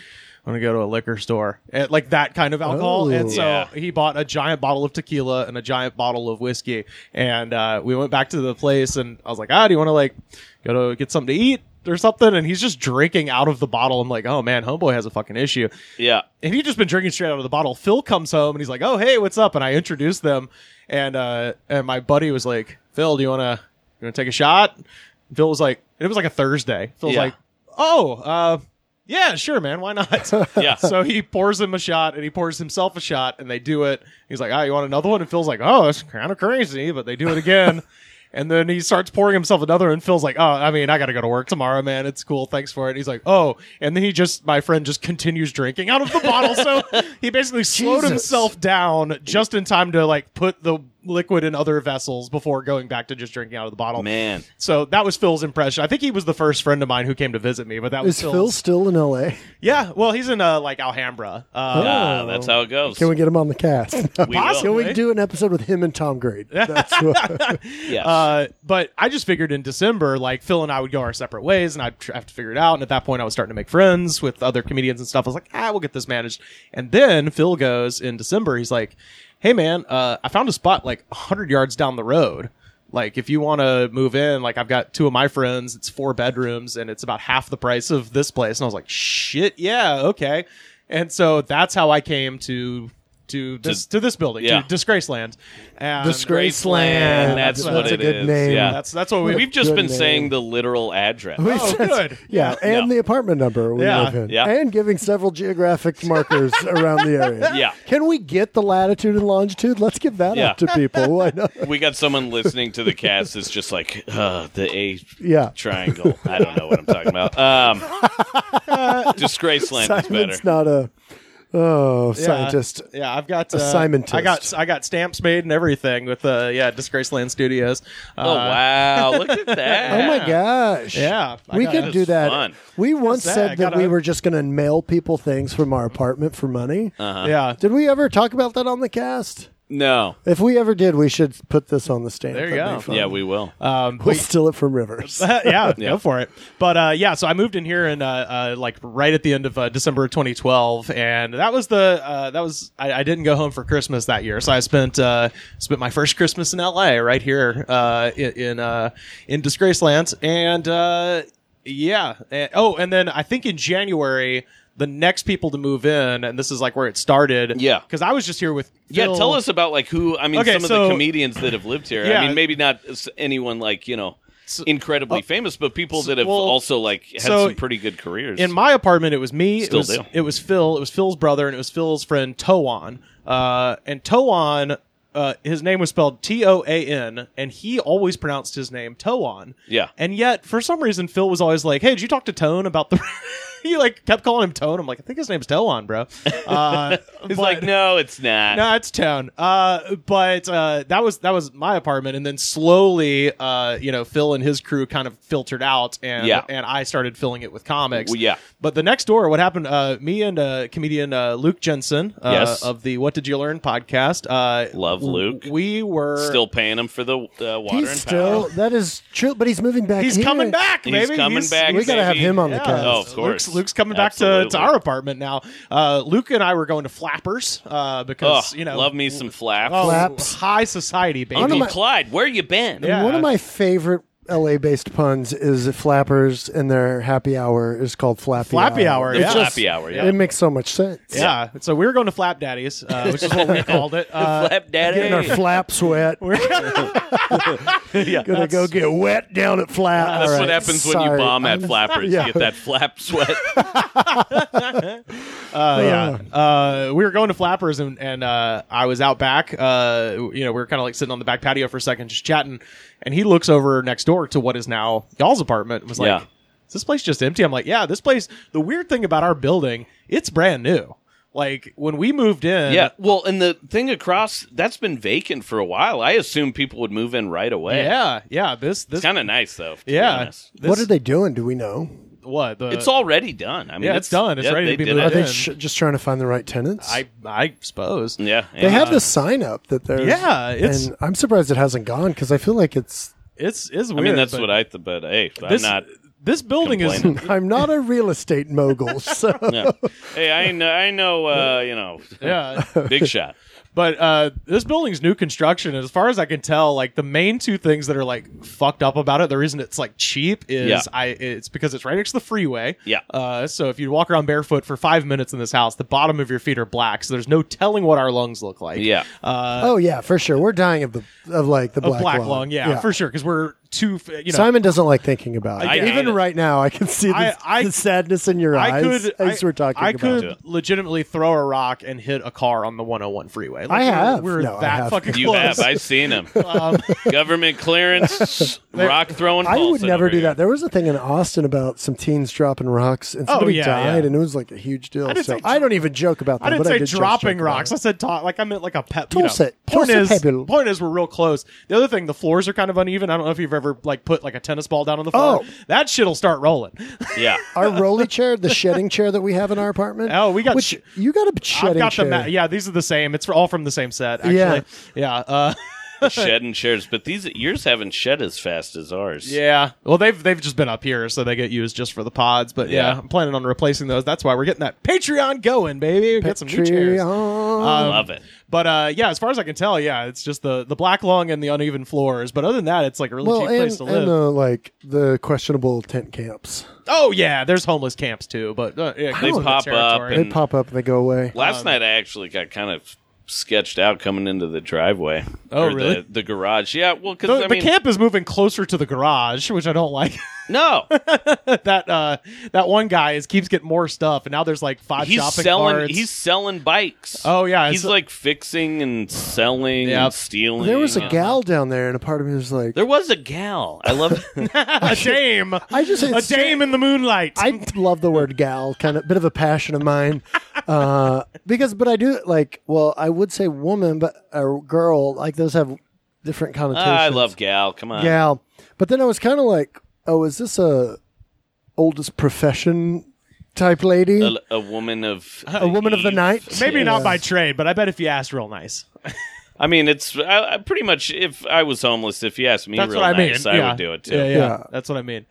"I'm gonna go to a liquor store," and, like that kind of alcohol.
Oh.
and so
Yeah.
he bought a giant bottle of tequila and a giant bottle of whiskey, and uh, we went back to the place, and I was like, "Ah, do you want to like go to get something to eat?" Or something, and he's just drinking out of the bottle. I'm like, oh man, homeboy has a fucking issue
Yeah.
and he'd just been drinking straight out of the bottle. Phil comes home and he's like, "Oh, hey, what's up?" And I introduced them, and uh, and my buddy was like, "Phil, do you wanna you wanna take a shot?" And Phil was like, and it was like a Thursday. Phil's
Yeah.
like, "Oh, uh, yeah, sure, man, why not?"
Yeah.
(laughs) so he pours him a shot and he pours himself a shot and they do it. He's like, "Ah, you want another one?" And Phil's like, "Oh, that's kind of crazy," but they do it
(laughs)
again. And then he starts pouring himself another, and Phil's like, "Oh, I mean, I got to go to work tomorrow, man. It's cool, thanks for it." And he's like, "Oh," and then he just, my friend, just continues drinking out of the bottle. So he basically slowed
Jesus.
himself down just in time to like put the liquid in other vessels before going back to just drinking out of the bottle.
Man.
So that was Phil's impression. I think he was the first friend of mine who came to visit me, but that was
Is Phil still in L.A.?
yeah, well, he's in uh, like Alhambra. Uh,
Ah, that's how it goes.
Oh. Can we get him on
(laughs)
the cast?
We will.
Possibly.
(laughs) Oh, Can we do an episode with him and
(laughs)
Tom Grade? That's what,
Yes.
Uh, but I just figured in December, like Phil and I would go our separate ways, and I'd tr- have to figure it out. And at that point, I was starting to make friends with other comedians and stuff. I was like, ah, we'll get this managed. And then Phil goes in December. He's like, hey man, uh, I found a spot like 100 yards down the road. Like if you want to move in, like I've got two of my friends. It's four bedrooms, and it's about half the price of this place. And I was like, shit, yeah, okay. And so that's how I came to. To this to, this building,
yeah.
to Disgraceland. And
Graceland. That's,
That's
what
a
it
good
is.
name.
Yeah.
(laughs)
that's that's what we,
We've just
good
been
name.
saying the literal address.
(laughs)
Oh, good.
yeah,
Yeah.
and the apartment number we
Yeah.
live in,
Yeah.
and giving several geographic
(laughs)
markers around the area.
Yeah.
Can we get the latitude and longitude? Let's give that
Yeah.
out to people.
(laughs)
Why not?
We got someone listening to the cast that's just like uh, the A
Yeah.
triangle. I don't know what I'm talking about. Um,
(laughs)
Disgraceland is better.
Simon's not a oh scientist.
Yeah, I've got uh,
Assignmentist.
I got I got stamps made and everything with uh yeah Disgraceland Studios. Uh,
oh wow! Look at that.
(laughs) Oh my gosh!
Yeah, I
we
got
could
it.
do that.
Fun.
We once
that? I
said that
gotta-
we were just going to mail people things from our apartment for money.
Uh-huh.
Yeah,
Did we ever talk about that on the cast?
No.
If we ever did, we should put this on the stand.
There you
That'd
go.
be fun.
Yeah, we will.
um,
We'll steal it
(laughs)
from
(laughs)
Rivers.
yeah,
Yeah.
go for it. But uh, yeah, so I moved in here in uh, uh, like right at the end of uh, December of 2012, and that was the uh, that was I, I didn't go home for Christmas that year, so I spent uh, spent my first Christmas in LA right here uh, in in, uh, in Disgraceland, and uh, yeah, and, oh, and then I think in January. The next people to move in, and this is like where it started.
Yeah.
because I was just here with.
Yeah,
Phil.
tell us about like who. I mean,
Okay,
some of
so-
the comedians that have lived here.
Yeah.
I mean, maybe not s- anyone like you know incredibly famous, but people that have
uh, well,
also like had
so
some pretty good careers.
In my apartment, it was me. it
Still
was,
do.
It was Phil. It was Phil's brother, and it was Phil's friend Toan. Uh, and Toan, uh, his name was spelled T O A N, and he always pronounced his name Toan.
Yeah.
And yet, for some reason, Phil was always like, "Hey, did you talk to Tone about the?" (laughs) he like kept calling him Tone. I'm like, I think his name's Toan,
(laughs)
bro. Uh,
It's
but-
like, no,
(laughs)
it's not.
no, it's Tone. Uh, but uh, that was that was my apartment, and then slowly, uh, you know, Phil and his crew kind of filtered out, and
Yeah.
and I started filling it with comics.
Well, yeah.
But the next door, what happened? Uh, me and uh, comedian uh, Luke Jensen, uh,
Yes.
of the What Did You Learn podcast. Uh,
Love Luke.
We were
Still paying him for the uh, water
He's
and
still
power.
that is true, but he's moving back.
He's
here.
coming back,
He's
baby.
coming back.
We gotta have
baby.
him on the
Yeah.
cast.
Oh, of
Luke's,
course.
Luke's coming back to, to
Absolutely.
our apartment now. Uh, Luke and I were going to Flappers uh, because
Ugh,
you know,
love me some flaps.
oh,
Flaps.
high society, baby.
One of
Uncle
my-
Clyde, where you been?
Yeah.
One of my favorite LA-based puns is that Flappers and their happy hour is called Flappy.
Flappy Hour,
The
yeah.
Flappy Hour, yeah.
It makes so much sense.
Yeah. So we were going to Flap Daddy's, uh, which is what
(laughs)
we called it. Uh,
Flap daddy.
Getting our
(laughs)
flaps wet. (laughs) We're
yeah,
gonna go get wet down at Flap.
That's
All
what
right,
happens when you
sorry.
bomb
(laughs)
at
I'm-
flappers.
yeah.
You get that flap
(laughs)
sweat.
uh, yeah. Uh, we were going to Flappers, and, and uh, I was out back. Uh, you know, we were kind of like sitting on the back patio for a second, just chatting. And he looks over next door to what is now y'all's apartment and was like,
Yeah.
Is this place just empty? I'm like, Yeah, this place. The weird thing about our building, it's brand new. Like when we moved in,
yeah. (laughs) Well, and the thing across that's been vacant for a while. I assume people would move in right away.
yeah, yeah. This, this,
It's kind of nice though. to be
yeah.
honest.
This-
What are they doing? Do we know?
What? The,
It's already done. I mean,
Yeah, it's done. It's
yeah,
ready to
they
be
did
moved
Are
it.
they
Again.
sh- just trying to find the right tenants?
I, I suppose.
Yeah.
they
and-
have this sign up that they're
Yeah, it's-
and I'm surprised it hasn't gone because I feel like it's. (laughs)
It's, it's
I
weird.
mean, that's
but
what I. th- But hey, I'm
This,
not.
this building is
complaining.
I'm not a real estate mogul, (laughs) so
Yeah. hey, I know. I know. Uh, you
(laughs)
know,
yeah
big shot.
but uh this building's new construction and as far as i can tell like the main two things that are like fucked up about it the reason it's like cheap is
Yeah.
i it's because it's right next to the freeway
Yeah.
uh so if you walk around barefoot for five minutes in this house the bottom of your feet are black so there's no telling what our lungs look like
Yeah.
uh
oh yeah, for sure. We're dying of the of like the
a
black,
black, lung, yeah, for sure because we're too f- you know
Simon doesn't like thinking about it.
I hate
Even
it.
right now, I can see the,
I- I-
the sadness in your
I
eyes
could,
as
I,
we're talking
I
about
could
it.
legitimately throw a rock and hit a car on the 101 freeway. Like,
I
we're-
have.
We're,
No, I
that
have.
fucking
You
close.
have. I've seen him.
um,
(laughs)
(laughs)
Government clearance, rock throwing.
I would
Paulson
never
over
do
here.
that. There was a thing in Austin about some teens dropping rocks, and somebody
Oh, yeah,
died,
yeah.
and it was like a huge deal.
didn't
so
say
I don't even joke about that.
I didn't
but
say
I did just
dropping
joke about
rocks.
it.
I said talk. Like I meant like a pep.
Toss
you know.
it. Toss
Point
it,
is,
Pablo.
point is, we're real close. The other thing, the floors are kind of uneven. I don't know if you've ever like put like a tennis ball down on the floor.
Oh.
That shit'll start rolling. (laughs)
Yeah.
Our rolly chair, the shedding chair that we have in our apartment.
Oh, we got
which
sh-
you got a shedding
I've got
chair.
the ma- yeah. These are the same. It's all from the same set. Actually.
Yeah.
Yeah. Uh, (laughs)
shedding chairs, but these yours haven't shed as fast as ours.
yeah. Well, they've they've just been up here, so they get used just for the pods. But yeah,
Yeah.
I'm planning on replacing those. That's why we're getting that Patreon going, baby. Get some new chairs. Um,
Patreon.
I love it.
But uh, yeah, as far as I can tell, yeah, it's just the the black lung and the uneven floors. But other than that, it's like a really
well,
cheap
and,
place to live.
and the like the questionable tent camps.
Oh yeah, there's homeless camps too, but uh, yeah,
They
comes with
pop up
territory.
They
and-
pop up and they go away.
um,
Last night I actually got kind of sketched out coming into the driveway.
Oh,
Or
really?
The, the garage. Yeah. Well,
the,
because
the
I mean,
camp is moving closer to the garage, which I don't (laughs) like.
no,
that uh, that one guy is keeps getting more stuff, and now there's like five
he's
shopping
selling.
carts.
He's selling bikes.
Oh, yeah,
He's
so-
like fixing and selling
Yep.
and stealing.
There was a
and-
gal down there, and a part of me was like,
There was a gal.
(laughs)
I love.
(laughs) a dame,
I just
a dame in the moonlight.
I love the word gal, kind of bit of a passion of mine, uh, because but I do like well, I would say woman, but or girl, like those have different
(laughs)
connotations.
I love gal. Come on.
gal, but then I was kind of like, oh, is this a oldest profession type lady?
(laughs)
A, a woman of
A woman of the
Eve.
night?
Maybe
Yeah.
not by trade, but I bet if you asked, real nice.
I mean, it's I, I pretty much. If I was homeless, if you asked me,
That's
real
what I mean.
nice, I
yeah.
would do it too.
Yeah, yeah,
Yeah.
that's what I mean.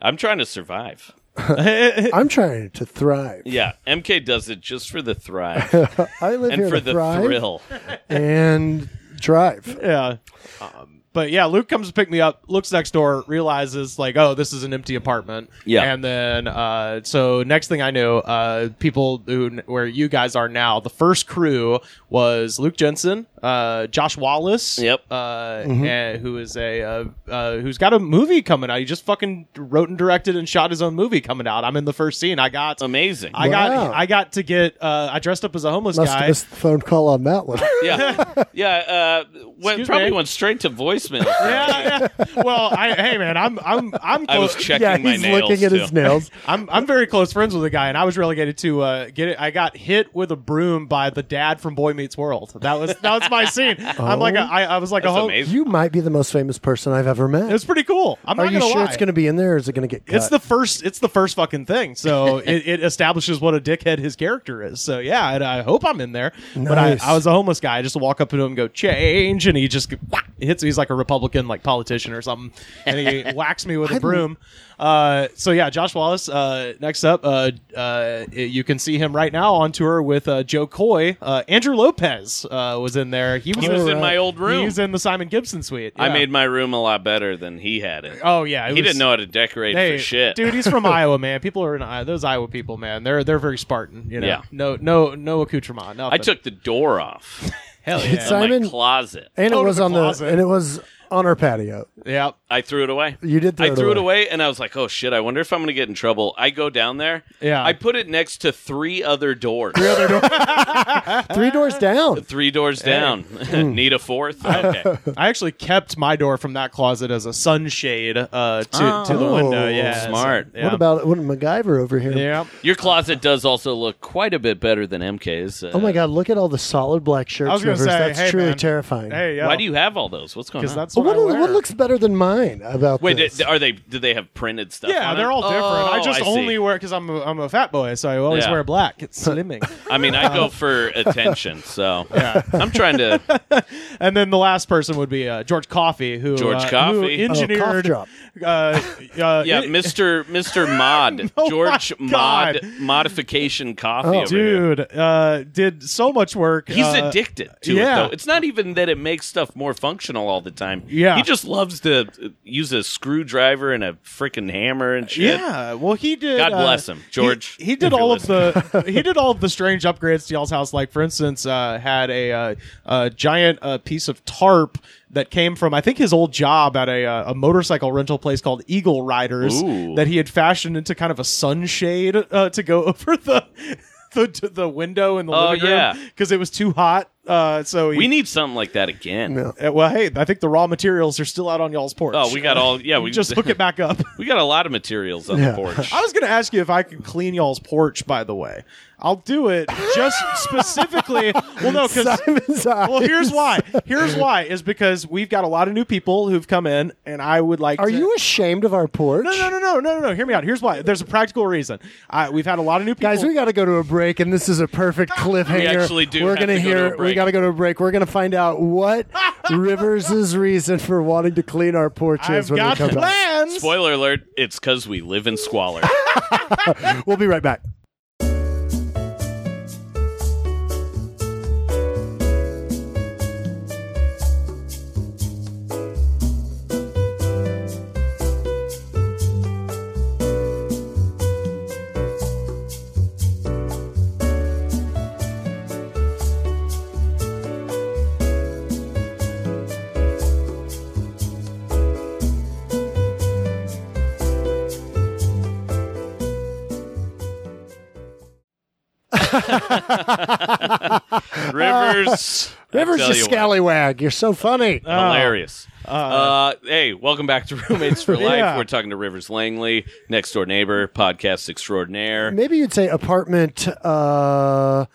I'm trying to survive.
I'm trying to thrive.
Yeah, MK does it just for
(laughs)
the thrive
(laughs) I live
and
here
for
to
the
thrive
thrill.
and drive.
yeah. Um, but yeah, Luke comes to pick me up, looks next door, realizes like, oh, this is an empty apartment.
Yeah.
And then, uh, so next thing I knew, uh, people who where you guys are now, the first crew was Luke Jensen, uh, Josh Wallace.
Yep.
Uh,
Mm-hmm.
and- who is a uh, uh, who's got a movie coming out. He just fucking wrote and directed and shot his own movie coming out. I'm in the first scene. I got.
Amazing.
I
Wow.
got I got to get uh, I dressed up as a homeless
Must
guy.
have missed the phone call on that one.
yeah, yeah. Uh, went,
Excuse
probably
me?
went straight to voice
(laughs) (laughs)
voicemail.
yeah, yeah. Well, I, hey man, I'm I'm I'm
I was
close-
(laughs) checking
yeah,
my
he's
nails.
looking at
too.
his nails.
I'm I'm very close friends with a guy, and I was relegated to uh, get it. I got hit with a broom by the dad from Boy Meets World. That was that was my scene. I'm like a,
Oh.
I, I was like a
That's
home.
amazing.
You might be the most famous person I've ever met.
It was pretty cool. I'm
Are
not
you
gonna
sure
lie.
it's going to be in there, or is it going to get cut?
It's the first. It's the first fucking thing.
(laughs)
So it, it establishes what a dickhead his character is. So yeah, and I hope I'm in there. But I,
Nice.
I was a homeless guy. I just walk up to him, and go change, and he just whack, hits. He's like a Republican, like politician or something, and
(laughs)
he whacks me with a broom. Uh, so yeah, Josh Wallace. Uh, next up, uh, uh, you can see him right now on tour with uh, Joe Coy. Uh, Andrew Lopez uh, was in there. He was,
He was in my old
He
room.
was in the Simon Gibson suite.
I
Yeah.
made my room a lot better than he had it.
Oh yeah, it
he
was-
didn't know how to decorate
Hey,
for shit.
dude, he's
(laughs)
from Iowa, man. People are in Iowa. Those Iowa people, man, they're they're very Spartan. You know,
Yeah.
no no no accoutrement. Nothing.
I took the door off
hell
of
yeah.
Simon-
my closet.
and it
Out of
was
the
on
closet.
the and it was on our patio.
yeah.
I threw it away.
You did throw
I
it
threw it
away.
away, and I was like, "Oh shit! I wonder if I'm going to get in trouble." I go down there.
Yeah.
I put it next to three other doors.
Uh,
Three doors
(laughs)
down.
three doors down. (laughs)
Mm.
Need a fourth?
(laughs)
Okay.
I actually kept my door from that closet as a sunshade uh, to to the
Oh.
window. Yeah,
Smart.
so, yeah.
What about what MacGyver over here?
Yeah.
Your closet does also look quite a bit better than MK's. Uh,
Oh my God! Look at all the solid black shirts.
I was gonna
Rivers.
say,
that's
hey,
truly
man.
terrifying.
Hey, yo.
Why do you have all those? What's going
Because
on?
that's what,
what,
I wear.
what looks better than mine about
Wait,
this? Oh,
did, are they? Do they have printed stuff?
Yeah,
on
they're
it?
all different. I
Oh,
just
see.
only wear because I'm a, I'm a fat boy, so I always
Yeah.
wear black.
(laughs)
It's slimming.
I mean,
(laughs)
I go for attention, so I'm trying to.
And then the last person would be uh, George Coffey, who
George
uh, who
Coffee. Oh,
cough
engineered. (laughs)
drop.
(laughs)
uh, uh,
Yeah,
it-
Mister Mister Mod
(laughs) Oh my
George Mod
God. Oh,
modification coffee. over here.
dude, uh, did so much work.
He's
uh,
addicted to
yeah.
it, though. It's not even that it makes stuff more functional all the time.
Yeah.
He just loves to uh, use a screwdriver and a freaking hammer and shit.
Yeah, well, he did.
God
uh,
bless him, George,
He, he did
if you're
all of the (laughs) he did all of the strange upgrades to y'all's house. Like, for instance, uh, had a, uh, a giant uh, piece of tarp that came from I think his old job at a, uh, a motorcycle rental place called Eagle Riders
Ooh.
that he had fashioned into kind of a sunshade uh, to go (laughs) over the. The, to the window in the
Oh,
living
yeah.
because it was too hot. Uh, so he,
We need something like that again.
Uh, well, hey, I think the raw materials are still out on y'all's porch.
Oh, we got all yeah.
(laughs)
We
just hook it back up.
(laughs) We got a lot of materials on the porch.
I was going to ask you if I could clean y'all's porch. By the way, I'll do it just specifically. Well, no,
(laughs)
because
Simon's eyes.
well, here's why. Here's why is because we've got a lot of new people who've come in, and I would like.
Are
to-
you ashamed of our porch?
No, no, no, no, no, no, no. Hear me out. Here's why. There's a practical reason. I, we've had a lot of new people.
Guys, we got to go to a break, and this is
(laughs)
a perfect cliffhanger.
actually do
We're
have
gonna
to go
hear.
to a
We
break.
got to go to a break. We're gonna find
(laughs)
out what Rivers' reason for wanting to clean our porch
I've
is when
got
we come back.
plans.
Spoiler alert: It's because we live
(laughs)
in squalor.
Uh,
We'll be
(laughs)
right back.
Rivers, I
Rivers,
tell
you
what,
scallywag, you're so funny.
Oh.
hilarious. Uh, hey, welcome back to
(laughs)
Roommates for Life.
Yeah.
We're talking to Rivers Langley, next door neighbor, podcast extraordinaire.
Maybe you'd say apartment uh,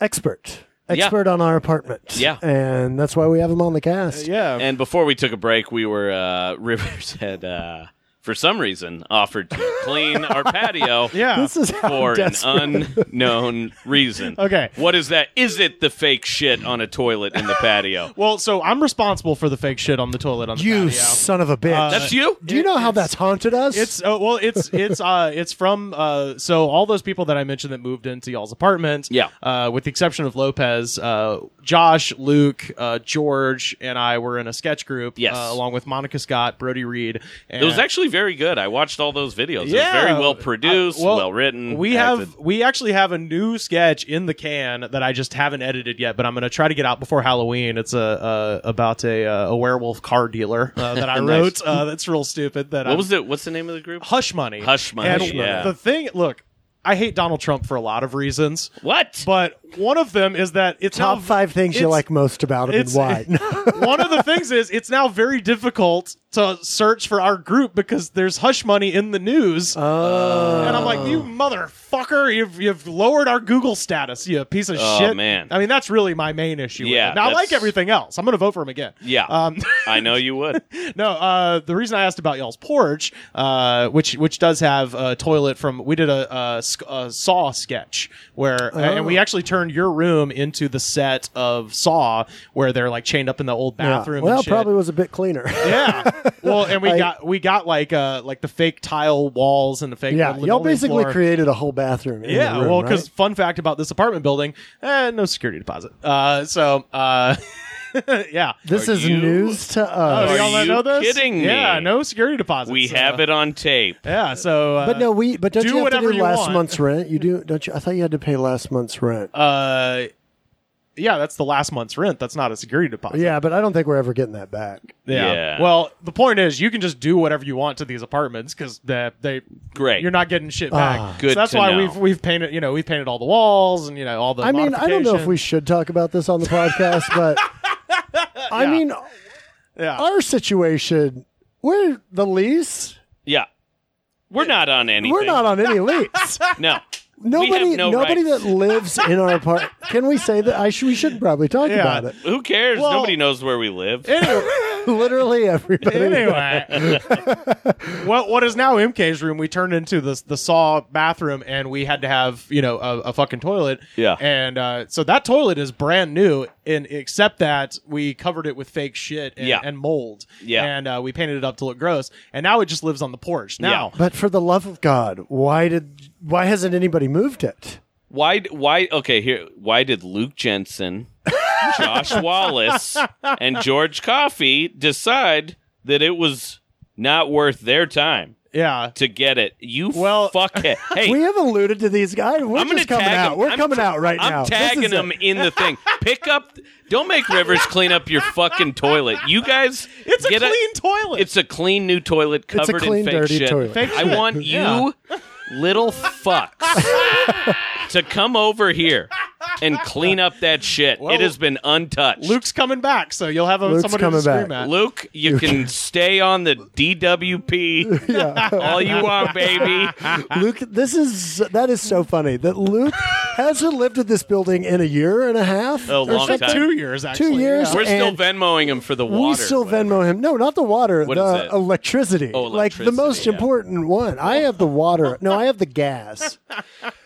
expert,
Yeah.
expert on our apartment.
Yeah. Uh,
and that's why we have him on the cast.
yeah.
And before we took a break, we were uh, (laughs) Rivers had, uh, for some reason, offered to clean our patio.
yeah.
This is how
For an
desperate-
unknown reason.
Okay.
What is that? Is it the fake shit on a toilet in the patio?
well, so I'm responsible for the fake shit on the toilet on the
you
patio.
son of a bitch.
Uh, That's you?
Do you know how that's haunted us?
It's oh, well, it's it's uh, it's from uh, so all those people that I mentioned that moved into y'all's apartment.
Yeah.
Uh, with the exception of Lopez, uh, Josh, Luke, uh, George, and I were in a sketch group.
Yes.
Uh, along with Monica Scott, Brody Reed. And
It was actually very good. I watched all those videos. It was
Yeah.
very well produced,
Uh,
well, written.
We
acted.
have we actually have a new sketch in the can that I just haven't edited yet, but I'm going to try to get out before Halloween. It's a uh, about a uh, a werewolf car dealer uh,
(laughs)
that I wrote. uh, that's real stupid. That
What
I'm-
was it? What's the name of the group?
Hush Money.
Hush Money,
And
Hush Money.
The thing, look, I hate Donald Trump for a lot of reasons,
What?
but one of them is that it's
Top
now-
five things you
it's-
like most about him and
it's-
(laughs)
why.
(laughs) one of the things is it's now very difficult to search for our group because there's hush money in the news.
Oh.
And I'm like, you motherfucker, you've, you've lowered our Google status, you piece of
Oh,
shit.
man.
I mean, that's really my main issue. with
Yeah,
it. Now, I like
that's-
everything else. I'm going to vote for him again.
yeah,
Um,
I know you would.
no, uh, the reason I asked about y'all's porch, uh, which which does have a toilet from, we did a, a, sc- a Saw sketch where, and
Oh.
we actually turned your room into the set of Saw where they're like chained up in the old bathroom. and
well,
shit.
probably was a bit
(laughs)
cleaner. (laughs)
Yeah. Well, and we
I-
got we got like uh like the fake tile walls and the fake
yeah,
linoleum
y'all basically
floor.
created a whole bathroom. in the
yeah.
room,
well,
right?
because fun fact about this apartment building, eh, no security deposit. Uh, so uh, (laughs) yeah.
this
Are
is
you-
news to us.
Are
Oh, y'all not
you
know this?
kidding me?
Yeah, no security deposit.
We
so-
have it on tape.
Yeah. So, uh,
but no, we but don't
do
you have to
whatever
do
you
last
want.
month's rent? You do, don't you? I thought you had to pay last month's rent.
Uh, yeah, that's the last month's rent. That's not a security deposit.
yeah, but I don't think we're ever getting that back.
Yeah.
Yeah.
Well, the point is, you can just do whatever you want to these apartments because they, they
Great.
You're not getting shit back.
Ah.
Good
So that's
to
why
know.
we've we've painted you know we've painted all the walls and you know all the.
I mean, I don't know if we
modifications.
should talk about this on the podcast,
(laughs)
but I
Yeah.
mean,
Yeah.
our situation, we're the lease.
Yeah, we're not on anything.
We're not on
(laughs)
any lease.
No,
Nobody,
no
nobody
rights.
that lives in our apartment. Can we say that? I should. We should probably talk
Yeah.
about it.
who cares?
Well-
Nobody knows where we live.
Anyway,
Literally
(laughs)
everybody.
anyway. what what is now MK's room? We turned into the the saw bathroom, and we had to have you know a, a fucking toilet.
Yeah.
And uh, so that toilet is brand new, and except that we covered it with fake shit and,
Yeah.
and mold.
Yeah.
And uh, we painted it up to look gross, and now it just lives on the porch. Now.
But for the love of God, why did why hasn't anybody moved it?
Why? d- Why? Okay, here. Why did Luke Jensen, Josh Wallace, and George Coffey decide that it was not worth their time
Yeah.
to get it? You
Well- (laughs)
fuckhead. Hey,
We have alluded to these guys. We're
I'm gonna
just coming
tag
out.
'em.
We're
I'm-
coming out right
I'm
now. This
tagging
is
them
it.
in the thing. Pick up. Don't make Rivers clean up your fucking toilet. You guys,
It's a
get
clean toilet.
It's a clean new toilet
a
covered
clean,
in fake
dirty
shit.
toilet. Fake
I want you little
(laughs)
fucks to come over here and clean up that shit. it has been untouched.
Luke's coming back, so you'll have a,
Luke's
somebody
coming
to scream
back.
at.
Luke, you can stay on the
(laughs)
DWP all you want, baby.
Luke, this is that is so funny that
(laughs)
Luke hasn't lived in this building in a year and a half.
A
or
long
something.
time.
Two years, actually.
years.
yeah.
We're still
And
Venmoing him for the water.
we still Venmo him. No, not the water.
What is
the
it?
electricity.
Oh,
Like the
electricity,
most
yeah.
important one. I have the water. No, I have
(laughs)
the gas.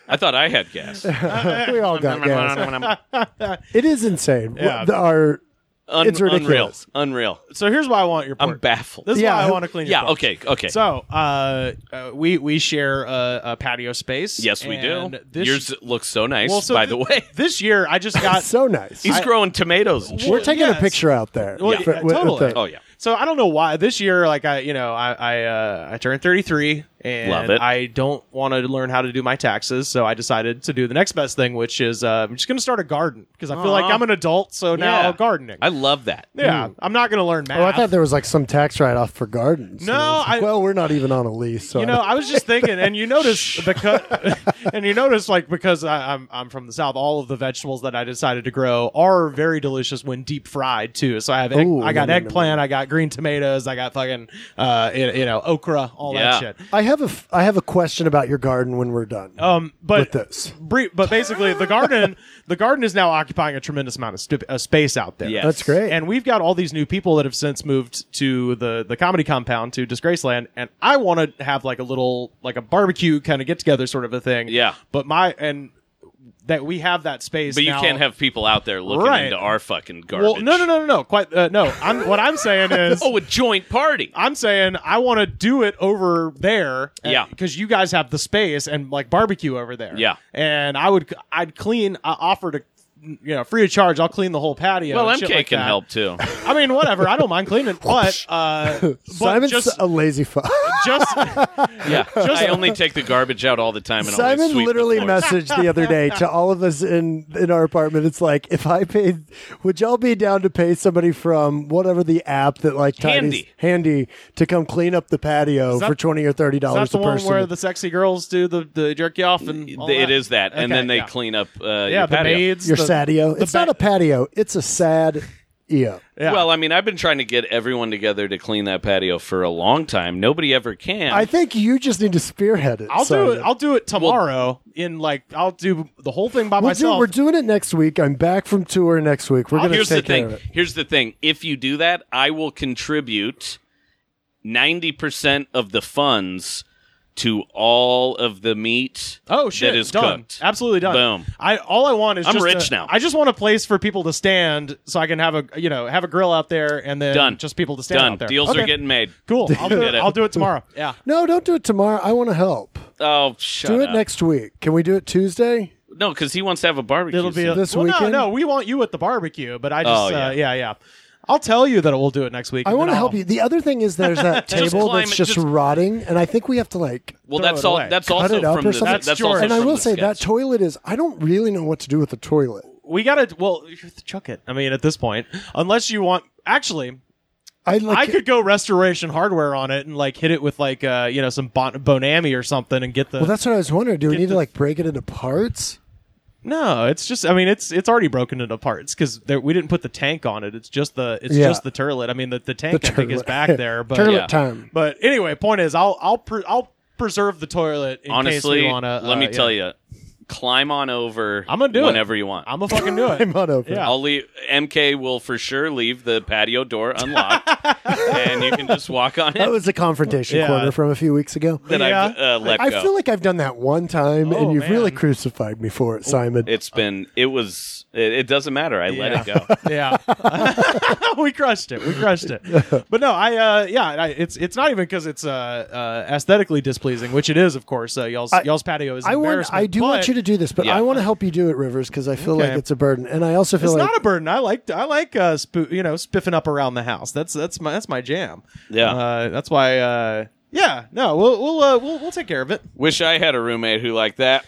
I thought I had
(laughs)
gas.
we all got gas. It is insane.
Yeah.
The- our
Un-
It's ridiculous.
Unreal. Unreal.
So here's why I want your. Port.
I'm baffled.
This is
Yeah,
why I
who-
want to clean. your
yeah,
porch.
okay, okay.
So uh, uh, we we share a, a patio space.
yes, we do.
and This
Yours looks so nice,
well, so
by
thi-
the way.
(laughs) this year I just got.
so nice.
He's growing tomatoes and shit.
We're taking
yes.
a picture out there.
Well,
For-
yeah,
with- with
totally.
the-
Oh yeah.
So I don't know why this year, like I, you know, I I, uh, I turned 33 and
Love it.
I don't want to learn how to do my taxes, so I decided to do the next best thing, which is uh, I'm just going to start a garden because I feel like
Aw.
I'm an adult, so now
Yeah.
gardening.
I love that.
yeah, I'm not going to learn math.
Oh, I thought there was like some tax write off for gardens.
No,
And it's like,
I-
well, we're not even on a lease. So
You know, I was just thinking, and you
(laughs)
notice because, (laughs) and you notice like because I, I'm I'm from the south, all of the vegetables that I decided to grow are very delicious when deep fried too. So I have egg,
Ooh,
I got
yum, yum,
eggplant, I got green tomatoes, I got fucking uh you you know okra, all
Yeah.
that shit.
I have a f- I have a question about your garden when we're done
Um, but
with this.
brief, but basically the garden the garden is now occupying a tremendous amount of stu- uh, space out there.
Yes.
That's great.
And we've got all these new people that have since moved to the the comedy compound to Disgraceland, and I want to have like a little like a barbecue kind of get together sort of a thing.
Yeah.
But my and that we have that space.
But you
now-
can't have people out there looking
Right.
into our fucking garbage.
Well, no, no, no, no, no. Quite uh, no. I'm what I'm
(laughs)
saying is.
Oh, a joint party.
I'm saying I want to do it over there.
Yeah.
Because you guys have the space and like barbecue over there.
Yeah.
And I would, I'd clean, I offer to you know, free of charge. I'll clean the whole patio.
Well,
and
MK
shit like
can
that.
help
(laughs)
too.
I mean, whatever. I don't mind
(laughs)
cleaning, but uh, but
Simon's
just
(laughs) a lazy fuck.
just
Yeah, I only take the garbage out all the time. And always
(laughs) Simon
sweep the
literally
floors. (laughs)
messaged the other day to all of us in in our apartment. It's like, if I paid, would y'all be down to pay somebody from whatever the app that like tidies
Handy.
handy to come clean up the patio
that-
for twenty or thirty
is that
dollars
the
a
one
person?
where the sexy girls do the, the jerky off and all
It
that?
is that, and
Okay,
then they
yeah.
clean up. Uh,
yeah
your
the
patio.
maids
Your
the-
sadio. It's
ba-
not a patio. It's a sad eo.
yeah.
Well, I mean, I've been trying to get everyone together to clean that patio for a long time. Nobody ever can.
I think you just need to spearhead it.
I'll do
Simon.
it. I'll do it tomorrow. in like, I'll do the whole thing by
We'll do-
myself. Oh,
we're doing it next week. I'm back from tour next week. We're going to
Here's the
take care
thing.
of it.
Here's the thing. If you do that, I will contribute ninety percent of the funds to all of the meat.
oh shit!
that is
done.
cooked.
Absolutely done.
Boom.
I all I want is
I'm
just
rich
a-
now.
I just want a place for people to stand, so I can have a you know have a grill out there, and then
Done.
just people to stand
Done.
out there.
Deals
Okay.
are getting made. (laughs)
cool. I'll do
Get
it.
it.
I'll do it
(laughs)
tomorrow. Yeah.
No, don't do it tomorrow. I want to help.
Oh, shut
do it
up.
next week. Can we do it Tuesday?
No, because he wants to have a barbecue.
It'll be
so-
a,
This
well,
weekend?
No, no, we want you at the barbecue, but I just
Oh,
uh,
yeah.
yeah, yeah. I'll tell you that we'll do it next week.
I
and
want to
then
help
I'll-
you. The other thing is
(laughs)
there's that
Just
table
climb
that's
it,
just,
just-
rotting, and I think we have to like.
well,
throw
that's
it
all.
away.
That's
Cut
also
it up
from
or
the.
something.
That's,
That's
also
yours.
And I
from
will
the
say that
sketch.
toilet is. I don't really know what to do with the toilet.
We gotta well chuck it. I mean, at this point, unless you want, actually,
I like.
I could go restoration hardware on it and like hit it with like uh you know some bon- Bonami or something and get the.
well, that's what I was wondering. Do we
Get
need to
the-
like break it into parts?
no, it's just I mean it's it's already broken into parts because we didn't put the tank on it. It's just the it's
Yeah.
just the turlet. I mean the the tank I think is
turlet. (laughs)
back there, but
turlet
Yeah.
time.
but anyway, point is I'll I'll pre- I'll preserve the toilet. In
Honestly,
case we wanna,
let me
uh,
tell
yeah.
you, climb on over.
I'm gonna do it.
whenever you want.
(laughs) I'm gonna fucking do
(laughs) I'm
it.
not open.
Yeah.
I'll leave. MK will for sure leave the patio door
(laughs)
unlocked, and you can just walk on
That
it.
was a confrontation
Yeah.
corner from a few weeks ago.
That I've
Yeah.
uh, let
I
go.
feel like I've done that one time,
Oh,
and you've really
man.
crucified me for it, Simon.
it's been. It was. It, it doesn't matter. I let it go.
yeah, (laughs) we crushed it. We crushed
(laughs)
it. But no, I uh, yeah, I, it's it's not even because it's uh, uh aesthetically displeasing, which it is, of course. Uh, y'all's y'all's patio is.
I want.
embarrassment,
I do
but
want you to do this, but
Yeah.
I want to help you do it, Rivers, because I feel
Okay.
like it's a burden, and I also feel
It's
like
not a burden. I like I like uh spoo- you know spiffing up around the house. That's that's my that's my jam.
Yeah.
uh, that's why. uh yeah, no, we'll we'll uh, we'll, we'll take care of it.
Wish I had a roommate who
(laughs)
liked that.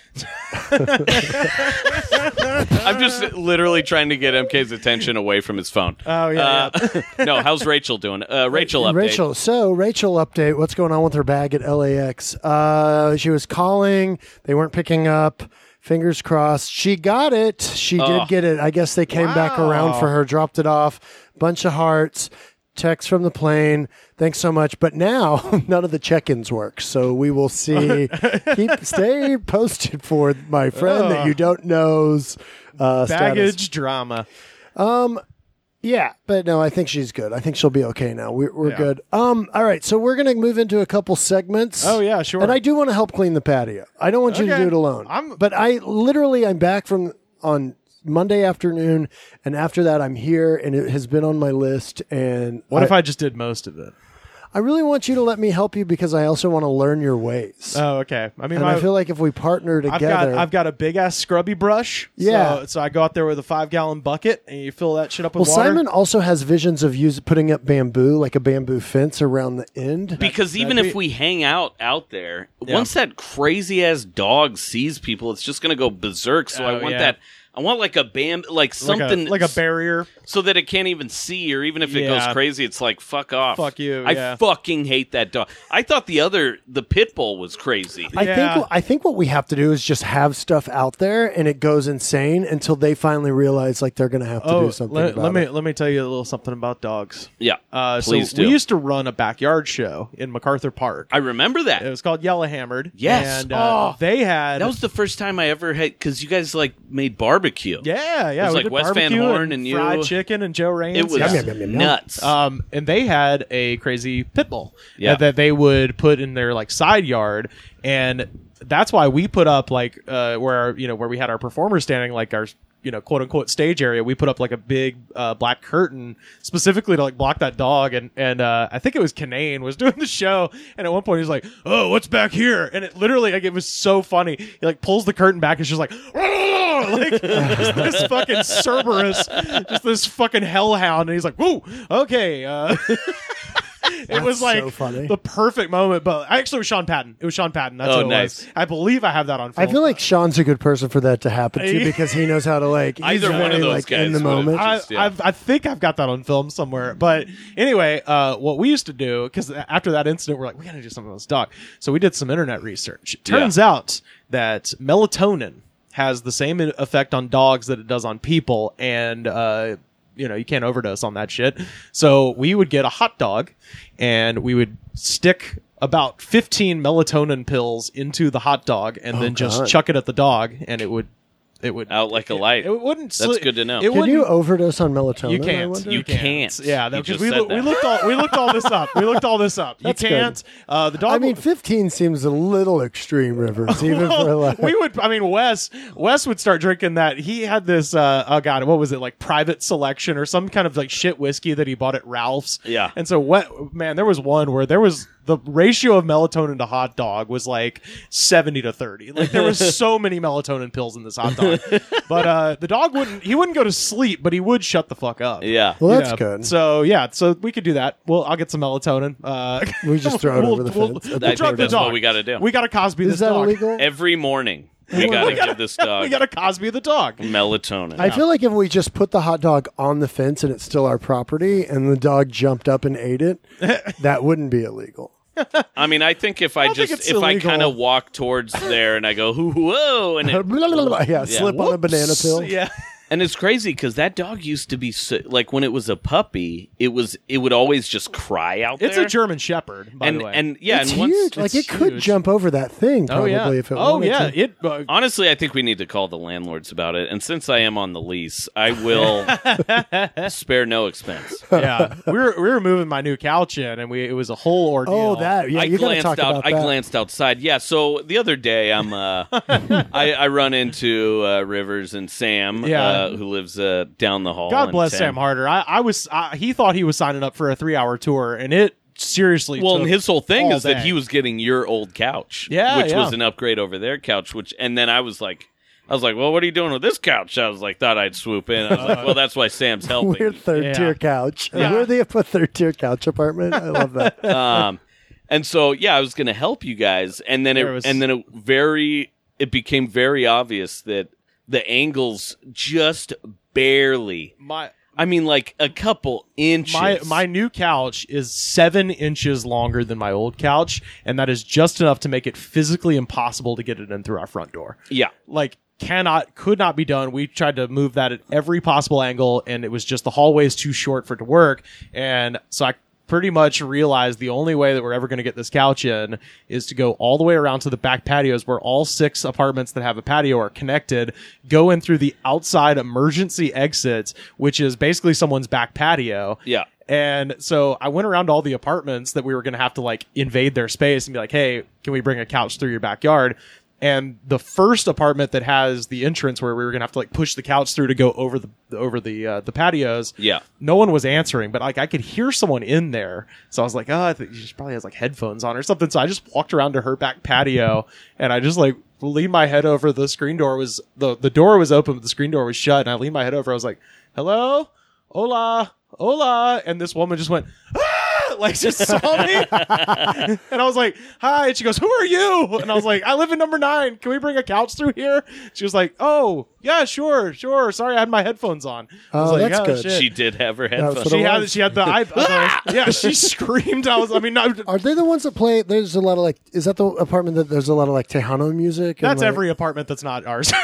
I'm just literally trying to get MK's attention away from his phone.
Oh, yeah,
Uh, (laughs) no, how's Rachel doing? Uh, Rachel update.
Rachel. So Rachel update. What's going on with her bag at LAX? Uh, she was calling. They weren't picking up. Fingers crossed. She got it. She
Oh.
did get it. I guess they came back
Wow.
around for her. Dropped it off. Bunch of hearts. Text from the plane. Thanks so much. But now (laughs) none of the check-ins work. So we will see. Keep stay posted for my friend that you don't know's uh, status.
Baggage drama.
Yeah, but no, I think she's good. I think she'll be okay now. We're, we're good. Um, all right, so we're gonna move into a couple segments.
Oh, yeah, sure.
And I do want to help clean the patio. I don't want you to
Okay.
do it alone.
I'm-
but I literally I'm back from on Monday afternoon, and after that I'm here, and it has been on my list. And
What
I,
if I just did most of it?
I really want you to let me help you because I also want to learn your ways.
Oh, okay. I mean,
and
my,
I feel like if we partner
I've
together,
got I've got a big ass scrubby brush.
Yeah.
So, so I go out there with a five gallon bucket and you fill that shit up with
well,
water.
Simon also has visions of use, putting up bamboo, like a bamboo fence around the end.
Because even if we hang out out there, once that crazy ass dog sees people, it's just gonna go berserk. So I
Oh,
want
yeah.
that. I want like a bam, like
Like a-
something
like a, barrier.
so that it can't even see, or even if it
Yeah.
goes crazy, it's like fuck off.
Fuck you,
I
yeah.
fucking hate that dog. I thought the other, the pit bull, was crazy.
I
Yeah.
think I think what we have to do is just have stuff out there, and it goes insane until they finally realize like they're going to have to do something.
Oh, let,
about
let me
it.
let me tell you a little something about dogs.
yeah,
Uh,
please
so
do.
we used to run a backyard show in MacArthur Park.
I remember that.
it was called Yellowhammered.
Yes.
And uh,
Oh.
they had
that was the first time I ever had because you guys like made barbecue.
yeah yeah
was
we
like
did
Wes Van
barbecue
Horn and you.
fried chicken and Joe Raines.
it was
Yeah.
Yum, yum, yum, yum.
nuts.
Um, and they had a crazy pit bull
Yeah.
that- that they would put in their like side yard, and that's why we put up like uh, where you know where we had our performers standing, like our you know quote unquote stage area we put up like a big uh, black curtain specifically to like block that dog and and uh, i think it was canane was (laughs) doing the show and at one point he's like oh what's back here and it literally like it was so funny he like pulls the curtain back and she's like (laughs) like just this fucking Cerberus, just this fucking hellhound, and he's like, "Whoa, okay." Uh, it (laughs)
That's
was like
so funny.
the perfect moment. But actually, it was Sean Patton. It was Sean Patton. That's
Oh,
what it
nice.
was. I believe I have that on.
I
Film.
feel like Sean's a good person for that to happen to
(laughs) Yeah.
because he knows how to like he's
Either one of
very,
those
like,
guys
in the
would've-
moment.
I-
I,
just- yeah.
I've, I think I've got that on film somewhere. But anyway, uh, what we used to do, because after that incident, we're like, we got to do something with this dog. So we did some internet research. It
Yeah.
turns out that melatonin has the same in- effect on dogs that it does on people. And, uh, you know, you can't overdose on that shit. So we would get a hot dog and we would stick about 15 melatonin pills into the hot dog
Oh,
and then just
God.
chuck it at the dog and it would. It would
Out like a light.
It wouldn't.
That's
sli-
good to know.
It
Can
wouldn't,
you overdose on melatonin?
you
I
can't.
wonder?
You can't.
Yeah,
You
because
just
we,
said
loo- we
that.
looked all we looked all this up. We looked all this up.
(laughs)
You
That's good.
can't. Uh, the dog.
I mean,
will-
15 seems a little
(laughs)
extreme, Rivers, even (laughs) for like.
we would. I mean, Wes. Wes would start drinking that. He had this. Uh, oh God, what was it like? Private selection or some kind of like shit whiskey that he bought at Ralph's.
Yeah.
And so what? Man, there was one where there was the ratio of melatonin to hot dog was like seventy to thirty. Like there
(laughs)
was so many melatonin pills in this hot dog. but uh, the dog wouldn't. He wouldn't go to sleep, but he would shut the fuck up.
yeah.
well, that's
Yeah.
good.
So yeah, so we could do that. Well, I'll get some melatonin. Uh, (laughs)
We just throw it over the fence.
We'll,
At the
we'll drug
door.
the
That's what
dog.
we gotta do.
We gotta Cosby
Is
this
that
dog.
illegal?
Every morning, we gotta give this
(laughs) we
dog
gotta Cosby the dog.
melatonin.
I feel like if we just put the hot dog on the fence and it's still our property and the dog jumped up and ate
(laughs)
it, that wouldn't be illegal.
I mean, I think if I,
don't think
just
it's
if I
illegal.
kind of walk towards there and I go "Hoo, whoa
(laughs)
and
(laughs) yeah,
it,
slip on a banana pill.
(laughs)
Yeah.
and it's crazy because that dog used to be so, like when it was a puppy, it was it would always just cry out.
It's
there.
a German Shepherd, by
and
the way.
and yeah,
it's
and once
huge. like it
it's
could
huge.
jump over that thing
oh
probably
yeah.
if it
oh
wanted
yeah.
to.
It.
(laughs)
Uh,
Honestly, I think we need to call the landlords about it. And since I am on the lease, I
(laughs)
will spare no expense.
yeah. We were we were moving my new couch in, and we it was a whole ordeal.
Oh, that. Yeah,
I
you got to
glanced
talk
out.
about
I
that.
glanced outside. Yeah. So the other day,
(laughs)
I'm uh, I, I run into uh, Rivers and Sam,
Yeah.
uh, who lives uh, down the hall.
God
and
bless
Tim-
Sam Harder. I, I was. I, he thought he was signing up for a three-hour tour, and it seriously.
Well,
took
and his whole thing
all
is that
day.
he was getting your old couch,
Yeah,
which
yeah.
was an upgrade over their couch. Which, and then I was like, I was like, well, what are you doing with this couch? I was like, thought I'd swoop in. I was like, well, that's why
(laughs)
Sam's helping.
(laughs) We're third
Yeah.
tier couch.
Yeah.
We're the third tier couch apartment. I love
(laughs)
that.
um, and so yeah, I was going to help you guys, and then it
There was-
and then it very it became very obvious that the angles just barely.
my
I mean, like a couple inches.
My my new couch is seven inches longer than my old couch, and that is just enough to make it physically impossible to get it in through our front door.
yeah.
Like cannot could not be done. We tried to move that at every possible angle, and it was just the hallway is too short for it to work. And so I pretty much realized the only way that we're ever going to get this couch in is to go all the way around to the back patios where all six apartments that have a patio are connected go in through the outside emergency exits which is basically someone's back patio
Yeah.
and so I went around to all the apartments that we were going to have to like invade their space and be like, hey, can we bring a couch through your backyard? And the first apartment that has the entrance where we were going to have to like push the couch through to go over the over the uh, the patios.
Yeah.
No one was answering, but like I could hear someone in there. So I was like, oh, I think she probably has like headphones on or something. So I just walked around to her back patio and I just like leaned my head over. The screen door was the the door was open, but the screen door was shut. And I leaned my head over. I was like, hello, hola, hola. And this woman just went, ah! (laughs) like just saw me. and I was like, hi. And she goes, who are you? And I was like, I live in number nine. Can we bring a couch through here? She was like, oh, yeah, sure, sure. Sorry, I had my headphones on. I was
Oh,
like,
that's good.
shit."
She did have her headphones.
what
She
it
had
was.
she had the I, I was- yeah she screamed I was I mean no,
Are they the ones that play? There's a lot of like. Is that the apartment that there's a lot of like Tejano music? and,
that's
like-
every apartment that's not ours (laughs)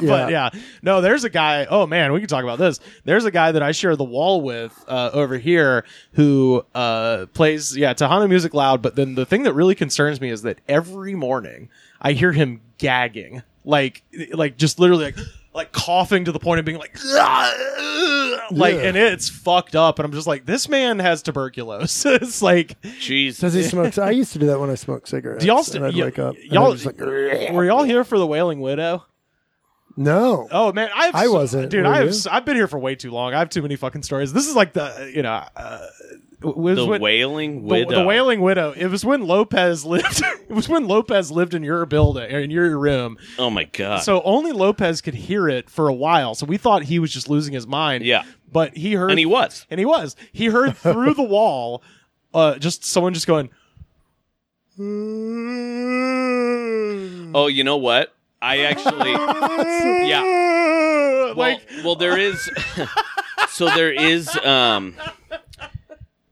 Yeah.
but yeah no there's a guy oh man we can talk about this there's a guy that I share the wall with uh, over here who uh, plays yeah Tejano music loud but then the thing that really concerns me is that every morning I hear him gagging like like just literally like like coughing to the point of being like (laughs) like
Yeah.
and it's fucked up and I'm just like this man has tuberculosis (laughs) it's like
Does
(laughs)
Jesus.
he smoke? I used to do that when I smoked cigarettes.
Do y'all still
and I'd
y- (laughs)
wake up. and
Y'all,
I'd just like,
were y'all here for the Wailing Widow?
No.
Oh man, I've
I wasn't.
dude.
Were
I've
you?
s- I've been here for way too long. I have too many fucking stories. This is like the you know uh, was
The
when-
Wailing
the,
Widow.
the wailing widow. It was when Lopez lived. (laughs) it was when Lopez lived in your building or in your room.
Oh my god.
So only Lopez could hear it for a while. So we thought he was just losing his mind.
Yeah.
but he heard
and he was.
(laughs) and he was. He heard through the wall, uh, just someone just going.
Oh, you know what?
(laughs)
I actually Yeah.
"Ugh,"
Well,
like
well there is (laughs) so there is um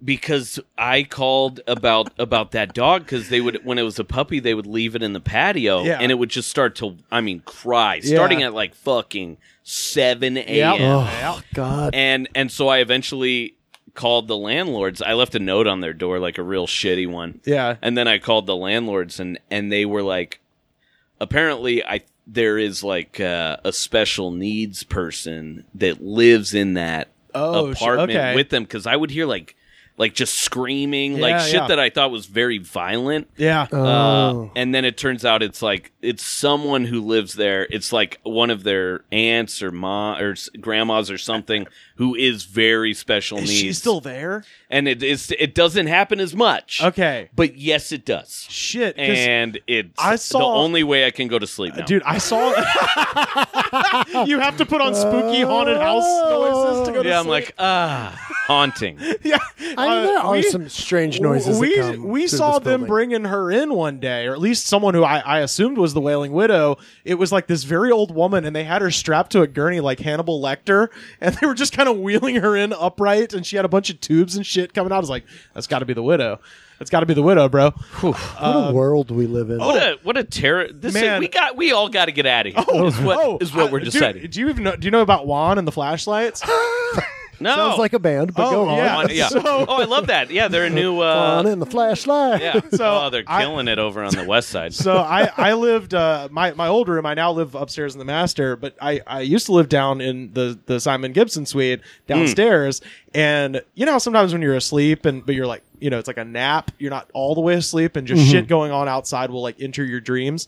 because I called about about that dog cuz they would when it was a puppy they would leave it in the patio
Yeah.
and it would just start to I mean cry starting at like fucking 7 a.m.
Oh, God.
and and so I eventually called the landlords. I left a note on their door, like a real shitty one.
yeah.
And then I called the landlords, and and they were like, apparently, I there is like uh, a special needs person that lives in that
Oh, sh-
apartment
okay.
with them because I would hear like like just screaming,
Yeah,
like shit
yeah.
that I thought was very violent.
Yeah.
Uh,
Oh.
and then it turns out it's like it's someone who lives there. It's like one of their aunts or ma or s- grandmas or something who is very special
Is
needs.
she still there?
and it is it doesn't happen as much.
Okay.
but yes, it does.
Shit. 'cause-
And it's
I
the
saw-
only way I can go to sleep now.
Dude, I saw. (laughs) you have to put on spooky haunted house noises to go to
yeah, I'm
sleep.
like ah,
(laughs)
haunting.
yeah.
I mean,
uh,
there are
we-
some strange noises.
We
that come
we
through
saw
this
them
building.
bringing her in one day, or at least someone who I, I assumed was the Wailing Widow. It was like this very old woman, and they had her strapped to a gurney like Hannibal Lecter, and they were just kind of wheeling her in upright, and she had a bunch of tubes and shit coming out. I was like, that's got to be the widow. That's got to be the widow, bro.
What
uh,
a world we live in.
What a what a terror! This
Oh.
is-
Man. Oh,
we got we all got to get out of here. is what is what
I-
we're
dude,
deciding.
do you even know, do you know about Juan and the flashlights?
no,
Sounds like a band, but
Oh,
go on.
yeah. (laughs)
Juan- yeah.
So-
oh, I love that. Yeah, they're a new uh,
on in the flashlight. (laughs)
Yeah.
(laughs) So,
oh, they're
I-
killing it over on the west side. (laughs)
so I, I lived uh, my my old room. I now live upstairs in the master, but I, I used to live down in the the Simon Gibson suite downstairs. And you know, how sometimes when you're asleep and but you're like you know it's like a nap. You're not all the way asleep, and just shit going on outside will like enter your dreams.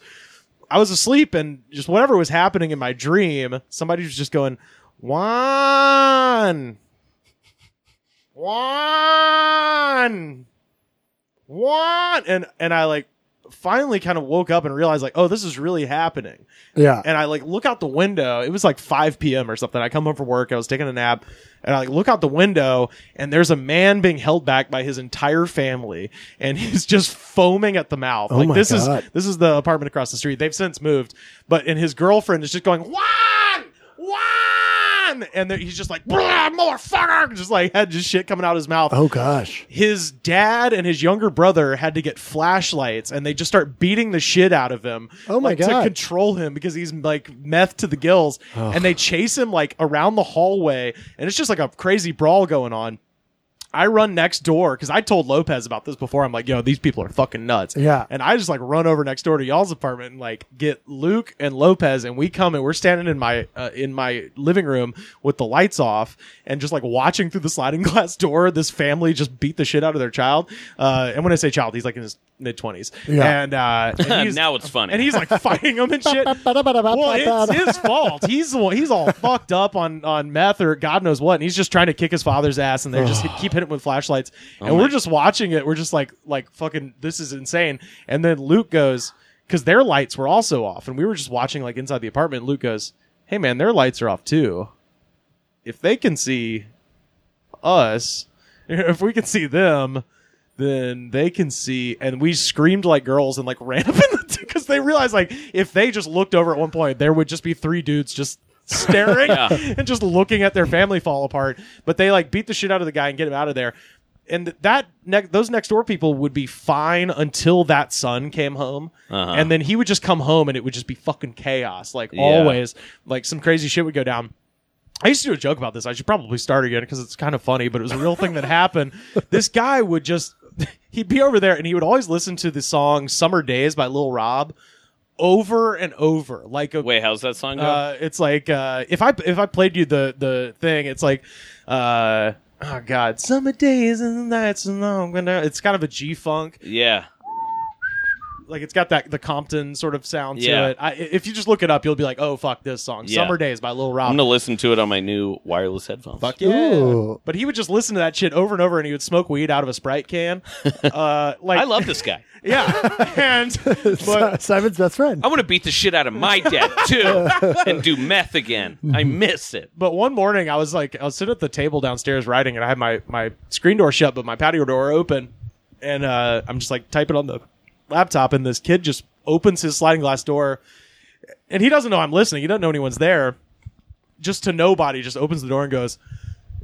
I was asleep and just whatever was happening in my dream, somebody was just going, Juan. Juan. Juan. And and I like finally kind of woke up and realized like, oh, this is really happening.
Yeah.
And I like look out the window. It was like 5 p.m. or something. I come home from work. I was taking a nap and I like look out the window and there's a man being held back by his entire family and (laughs) he's just foaming at the mouth. like
Oh my
this
God.
is this is the apartment across the street. They've since moved, but and his girlfriend is just going Juan, Juan, and then he's just like "Blah, motherfucker, just like had just shit coming out of his mouth
Oh gosh.
his dad and his younger brother had to get flashlights and they just start beating the shit out of him
Oh my
like,
God.
to control him because he's like meth to the gills and they chase him like around the hallway and it's just like a crazy brawl going on I run next door because I told Lopez about this before. I'm like, yo, these people are fucking nuts.
Yeah.
And I just like run over next door to y'all's apartment and like get Luke and Lopez, and we come and we're standing in my uh, in my living room with the lights off and just like watching through the sliding (laughs) glass door. This family just beat the shit out of their child. Uh, and when I say child, he's like in his mid twenties.
Yeah.
And, uh, and (laughs)
(laughs)
he's,
now it's funny.
and he's like fighting them and shit.
(laughs)
Well, it's his fault. He's the one- he's all fucked up on on meth or God knows what, and he's just trying to kick his father's ass, and they just keep hitting him with flashlights. And we're just watching it. We're just like like fucking this is insane. And then Luke goes because their lights were also off, and we were just watching like inside the apartment. Luke goes, "Hey man, their lights are off too. If they can see us, (laughs) if we can see them." then they can see and we screamed like girls and like (laughs) ran up in the because they realized like if they just looked over at one point there would just be three dudes just staring (laughs) and just looking at their family fall apart but they like beat the shit out of the guy and get him out of there and that ne- those next door people would be fine until that son came home and then he would just come home and it would just be fucking chaos like always like some crazy shit would go down I used to do a joke about this. I should probably start again because it's kind of funny, but it was a real thing that happened.
(laughs)
This guy would just, (laughs) he'd be over there and he would always listen to the song Summer Days by Lil Rob over and over. Like, a,
Wait, how's that song go?
uh, it's like, uh, if I, if I played you the, the thing, it's like, uh, oh God, Summer Days and the Nights and Long. It's kind of a G Funk.
yeah.
like it's got that the Compton sort of sound
Yeah.
to it. I, if you just look it up, you'll be like, oh fuck this song,
Yeah.
"Summer Days" by Lil Rob.
I'm gonna listen to it on my new wireless headphones.
Fuck yeah.
Ooh.
But he would just listen to that shit over and over and he would smoke weed out of a Sprite can.
(laughs)
uh, like,
I love this guy. (laughs)
Yeah. and but
(laughs)
Oh.
Simon's best friend.
I want to beat the shit out of my dad
(laughs)
too, and do meth again. I miss it.
but one morning I was like I was sitting at the table downstairs writing and I had my my screen door shut but my patio door open and uh, I'm just like typing on the laptop and this kid just opens his sliding glass door and he doesn't know I'm listening. He doesn't know anyone's there. Just to nobody, just opens the door and goes,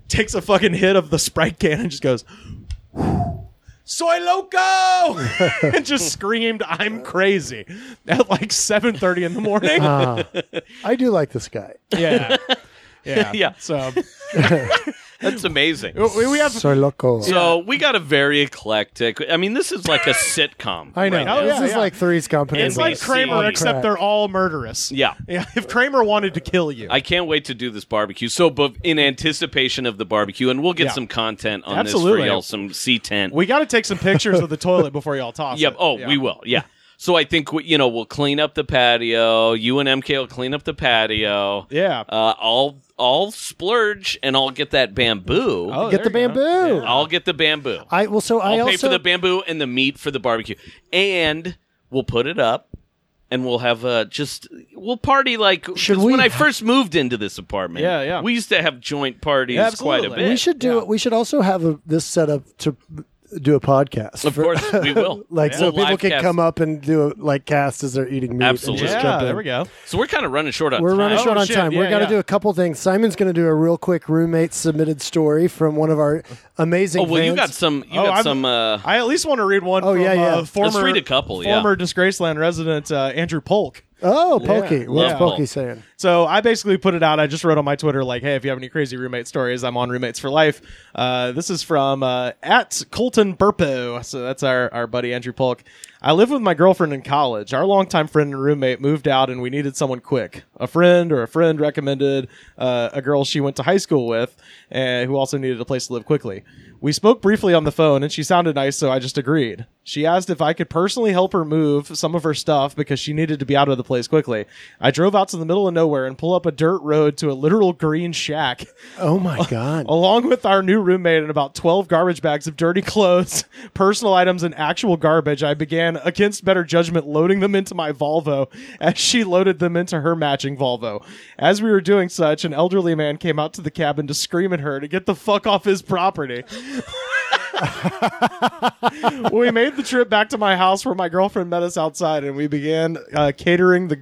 takes a fucking hit of the Sprite can and just goes, "Soy loco!" and just screamed, "I'm crazy!" at like 7:30 in the morning.
Uh-huh. I do like this guy.
yeah, (laughs) yeah,
Yeah.
So
That's amazing.
we, we have
Soy loco.
So we got a very eclectic. I mean, this is like a sitcom.
I know.
right now.
Oh,
this
yeah,
is
yeah.
like Three's Company.
It's
we
like
see
Kramer,
it.
except they're all murderous.
Yeah.
Yeah. If Kramer wanted to kill you.
I can't wait to do this barbecue. So, but in anticipation of the barbecue, and we'll get
Yeah.
some content on
Absolutely.
this for y'all, some C ten.
we got to take some pictures of the toilet before y'all toss
Yep.
it.
Oh,
Yeah.
we will. Yeah. So I think we, you know we'll clean up the patio. You and MK will clean up the patio.
Yeah.
Uh, I'll I'll splurge and I'll get that bamboo.
Oh,
Get
there
the
you go.
bamboo.
I'll get the bamboo.
I well, so I
I'll
also
pay for the bamboo and the meat for the barbecue, and we'll put it up, and we'll have uh just we'll party like 'cause
Should
when
we-
I first moved into this apartment.
Yeah, yeah.
We used to have joint parties
Yeah,
quite a
absolutely.
bit.
we should do
Yeah.
it. We should also have a, this set up to do a podcast.
of
for-
course, we will.
(laughs) like so
We'll
people
live
can
cast.
come up and do a, like cast as they're eating meat. and
Absolutely.
just
Yeah,
jump in.
there we go.
So we're kind of running short on
We're
time.
running
Oh,
short on
shit.
time. We're
Yeah,
going to
yeah.
do a couple things. Simon's going to do a real quick roommate submitted story from one of our amazing.
Oh well, you got
fans.
some. You
Oh,
got
I'm-
some.
(laughs)
Uh,
I at least want to read one
Oh,
from
yeah, yeah.
Uh,
Let's
former,
read a couple, yeah.
former Disgraceland resident uh, Andrew Polk.
Oh, Pokey. What's
Yeah.
Pokey saying?
So I basically put it out. I just wrote on my Twitter, like, hey, if you have any crazy roommate stories, I'm on Roommates for Life. Uh, this is from uh, at Colton Burpo. So that's our, our buddy Andrew Polk. I lived with my girlfriend in college. Our longtime friend and roommate moved out, and we needed someone quick. A friend or a friend recommended uh, a girl she went to high school with uh, who also needed a place to live quickly. We spoke briefly on the phone, and she sounded nice, so I just agreed. She asked if I could personally help her move some of her stuff because she needed to be out of the place quickly. I drove out to the middle of nowhere and pull up a dirt road to a literal green shack, (laughs)
(laughs)
Oh my God.
along with our new roommate and about 12 garbage bags of dirty (laughs) clothes, personal items, and actual garbage. I began, against better judgment, loading them into my Volvo (laughs) as she loaded them into her matching Volvo. As we were doing such, an elderly man came out to the cabin to scream at her to get the fuck off his property we made the trip back to my house where my girlfriend met us outside and we began uh, catering the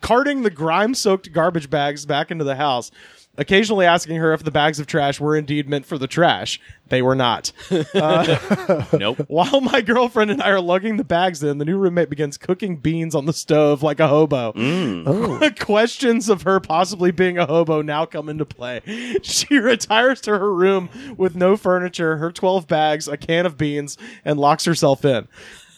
carting the grime soaked garbage bags back into the house occasionally asking her if the bags of trash were indeed meant for the trash they were not
nope.
(laughs) while my girlfriend and i are lugging the bags in the new roommate begins cooking beans on the stove like a hobo (laughs) questions of her possibly being a hobo now come into play. (laughs) She retires to her room with no furniture, her 12 bags, a can of beans, and locks herself in.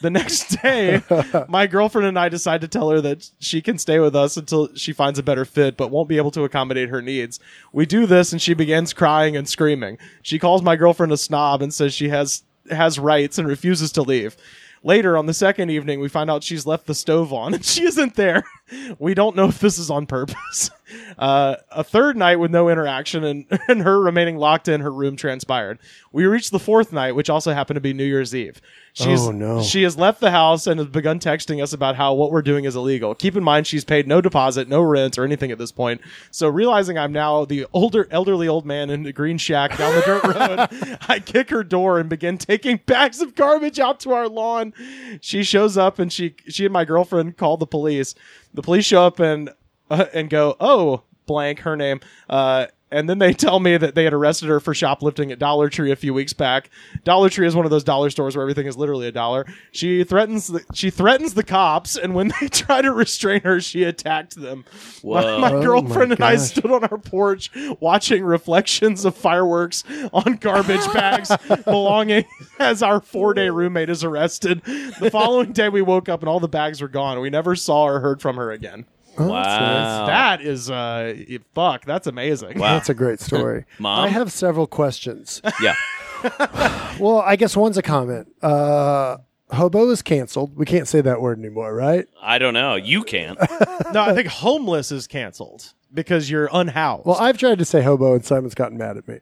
The next (laughs) day, my girlfriend and I decide to tell her that she can stay with us until she finds a better fit, but won't be able to accommodate her needs. We do this, and she begins crying and screaming. She calls my girlfriend a snob and says she has has rights and refuses to leave. Later on the second evening, we find out she's left the stove on (laughs) and she isn't there. We don't know if this is on purpose. (laughs) Uh, a third night with no interaction and, (laughs) and her remaining locked in her room transpired. We reached the fourth night, which also happened to be New Year's Eve. She's,
Oh, no.
She has left the house and has begun texting us about how what we're doing is illegal. Keep in mind, she's paid no deposit, no rent, or anything at this point. So realizing I'm now the older, elderly old man in the green shack down the dirt road, (laughs) I kick her door and begin taking bags of garbage out to our lawn. She shows up and she she and my girlfriend call the police. The police show up and uh, and go, oh blank, her name. Uh, and then they (laughs) tell me that they had arrested her for shoplifting at Dollar Tree a few weeks back. Dollar Tree is one of those dollar stores where everything is literally a dollar. She threatens the, she threatens the cops, and when (laughs) they try to restrain her, she attacked them.
Whoa.
My, my
Oh
girlfriend
my
and I
gosh.
stood on our porch watching reflections of fireworks on garbage bags belonging as our four day roommate is arrested. The following day, we woke up and all the bags were gone. We never saw or heard from her again.
(laughs) Oh,
Wow.
that's nice.
That is uh y- fuck, that's amazing.
Um, Wow.
That's a great story.
(laughs) Mom?
I have several questions.
Yeah.
Well, I guess one's a comment. Uh, Hobo is canceled. We can't say that word anymore, right?
I don't know. You
(laughs)
can't.
(laughs) No, I think homeless is canceled because you're unhoused.
Well, I've tried to say hobo and Simon's gotten mad at me.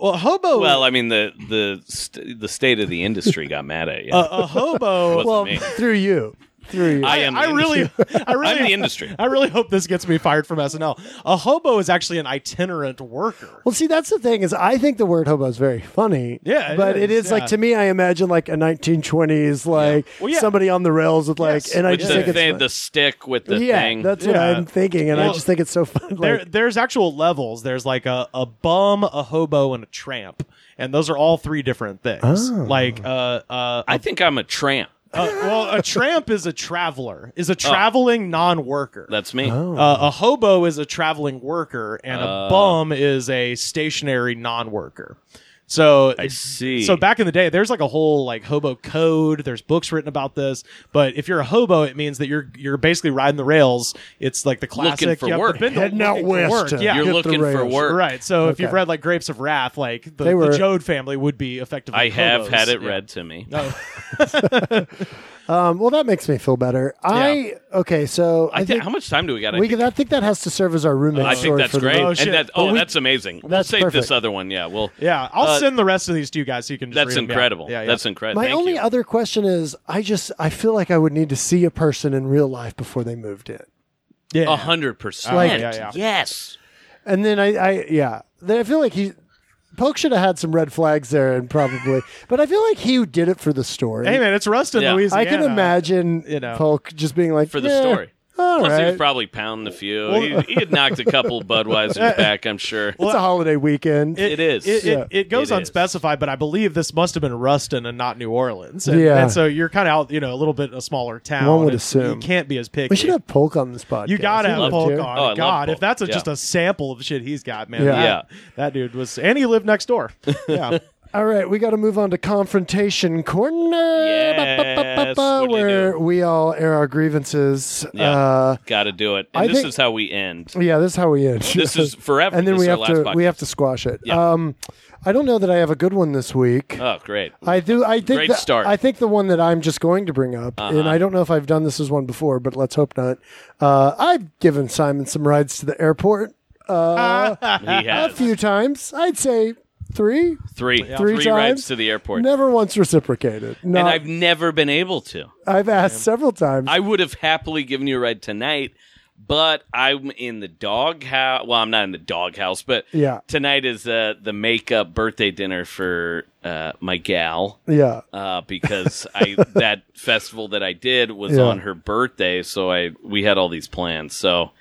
Well, hobo.
well, uh, I mean the the st- the state of the industry got mad at you.
a, a hobo.
(laughs) Wasn't
Uh,
(laughs)
well,
me.
through you. Through you.
I am. the
I really,
industry.
(laughs) I really,
I'm the
(laughs)
industry.
I really hope this gets me fired from SNL. A hobo is actually an itinerant worker.
Well, see, that's the thing is, I think the word hobo is very funny.
Yeah, it
but it
is,
is like
yeah.
to me, I imagine like a 1920s, like
Well, yeah.
somebody on the rails with like,
Yes.
and I
With
just
the,
think it's
thing,
fun.
the stick with the
yeah,
thing.
that's what
Yeah.
I'm thinking, and I
Well,
just think it's so fun. Like,
There, there's actual levels. There's like a, a bum, a hobo, and a tramp, and those are all three different things.
Oh.
Like, uh, uh,
I think I'm a tramp.
uh, well, a tramp is a traveler, is a traveling non-worker.
Oh. That's me.
Oh,
Uh, a hobo is a traveling worker, and a
Uh.
bum is a stationary non-worker. So
I see.
So back in the day, there's like a whole like hobo code. There's books written about this. But if you're a hobo, it means that you're you're basically riding the rails. It's like the classic
Looking for
you have to
work.
bend to
Heading out
looking for
west
work.
to
Yeah,
You're
Get the
looking for
rails.
work.
right. So if you've
Okay.
read like Grapes of Wrath, like the,
They were-
the Jode family would be effectively.
I have
hobos. Oh,
had
(laughs)
it
Yeah.
read to me.
No,
um, well, that makes me feel better. I okay, so I,
I thi-
think
how much time do we got? I
we
think,
could. I think that has to serve as our roommate.
I think
story
that's
for the-
great.
Oh,
and
shit.
that,
But
oh,
we-
that's amazing. we'll
That's
save this
perfect.
other one. Yeah. Well,
yeah, I'll
Uh,
send the rest of these to you guys so you can. Just
that's
read 'em. Yeah.
incredible.
Yeah, yeah.
That's incredible.
My
Thank
only
you.
other question is, I just I feel like I would need to see a person in real life before they moved in,
Yeah.
A hundred percent.
Like- Yeah, yeah.
Yes.
and then I, I yeah, then I feel like he. Polk should have had some red flags there, and probably, (laughs) but I feel like he did it for the story.
Hey man, it's Rustin,
Yeah. I can
I
Louisiana.
can imagine
you know.
Polk just being like
For the
"Yeah,
story.
All
Plus, he was
right,
probably pounding a few. he, he had knocked a
(laughs)
couple Budweisers back, I'm sure.
it's a holiday weekend.
it is.
It,
Yeah.
it, it goes
It is.
unspecified, but I believe this must have been Ruston and not New Orleans. And,
Yeah.
and so you're kind of out, you know, a little bit a smaller town.
One would
and
assume.
You can't be as picky.
we should have Polk on this podcast.
you got to
He'd
have
love
Polk
to.
on.
Oh, I love
God,
Polk.
if that's a,
Yeah.
just a sample of shit he's got, man.
Yeah.
That, that dude was. And he lived next
(laughs)
door. Yeah.
All right, we got to move on to confrontation corner,
Yes, what do you
where
do?
we all air our grievances.
Yeah.
Uh,
Got to do it. And
I
this
think-
is how we end.
yeah, this is how we end.
This
(laughs)
is forever.
and then
This
we
is
have
our
to
last
we
podcast.
have to squash it.
Yeah.
Um, I don't know that I have a good one this week.
Oh, great.
I do. I think.
Great
the,
start. Uh-huh.
I think the one that I'm just going to bring up, and I don't know if I've done this as one before, but let's hope not. Uh, I've given Simon some rides to the airport (laughs)
He
a
has
few times. I'd say three.
three,
Three
rides
times.
to the airport.
Never once reciprocated. No,
and
I've,
I've never been able to.
asked several times.
I would have happily given you a ride tonight, but I'm in the dog house. Well, I'm not in the dog house, but
Yeah.
tonight is uh, the makeup birthday dinner for uh, my gal.
yeah.
uh,
(laughs)
because I that festival that I did was
Yeah.
on her birthday, so I we had all these plans. So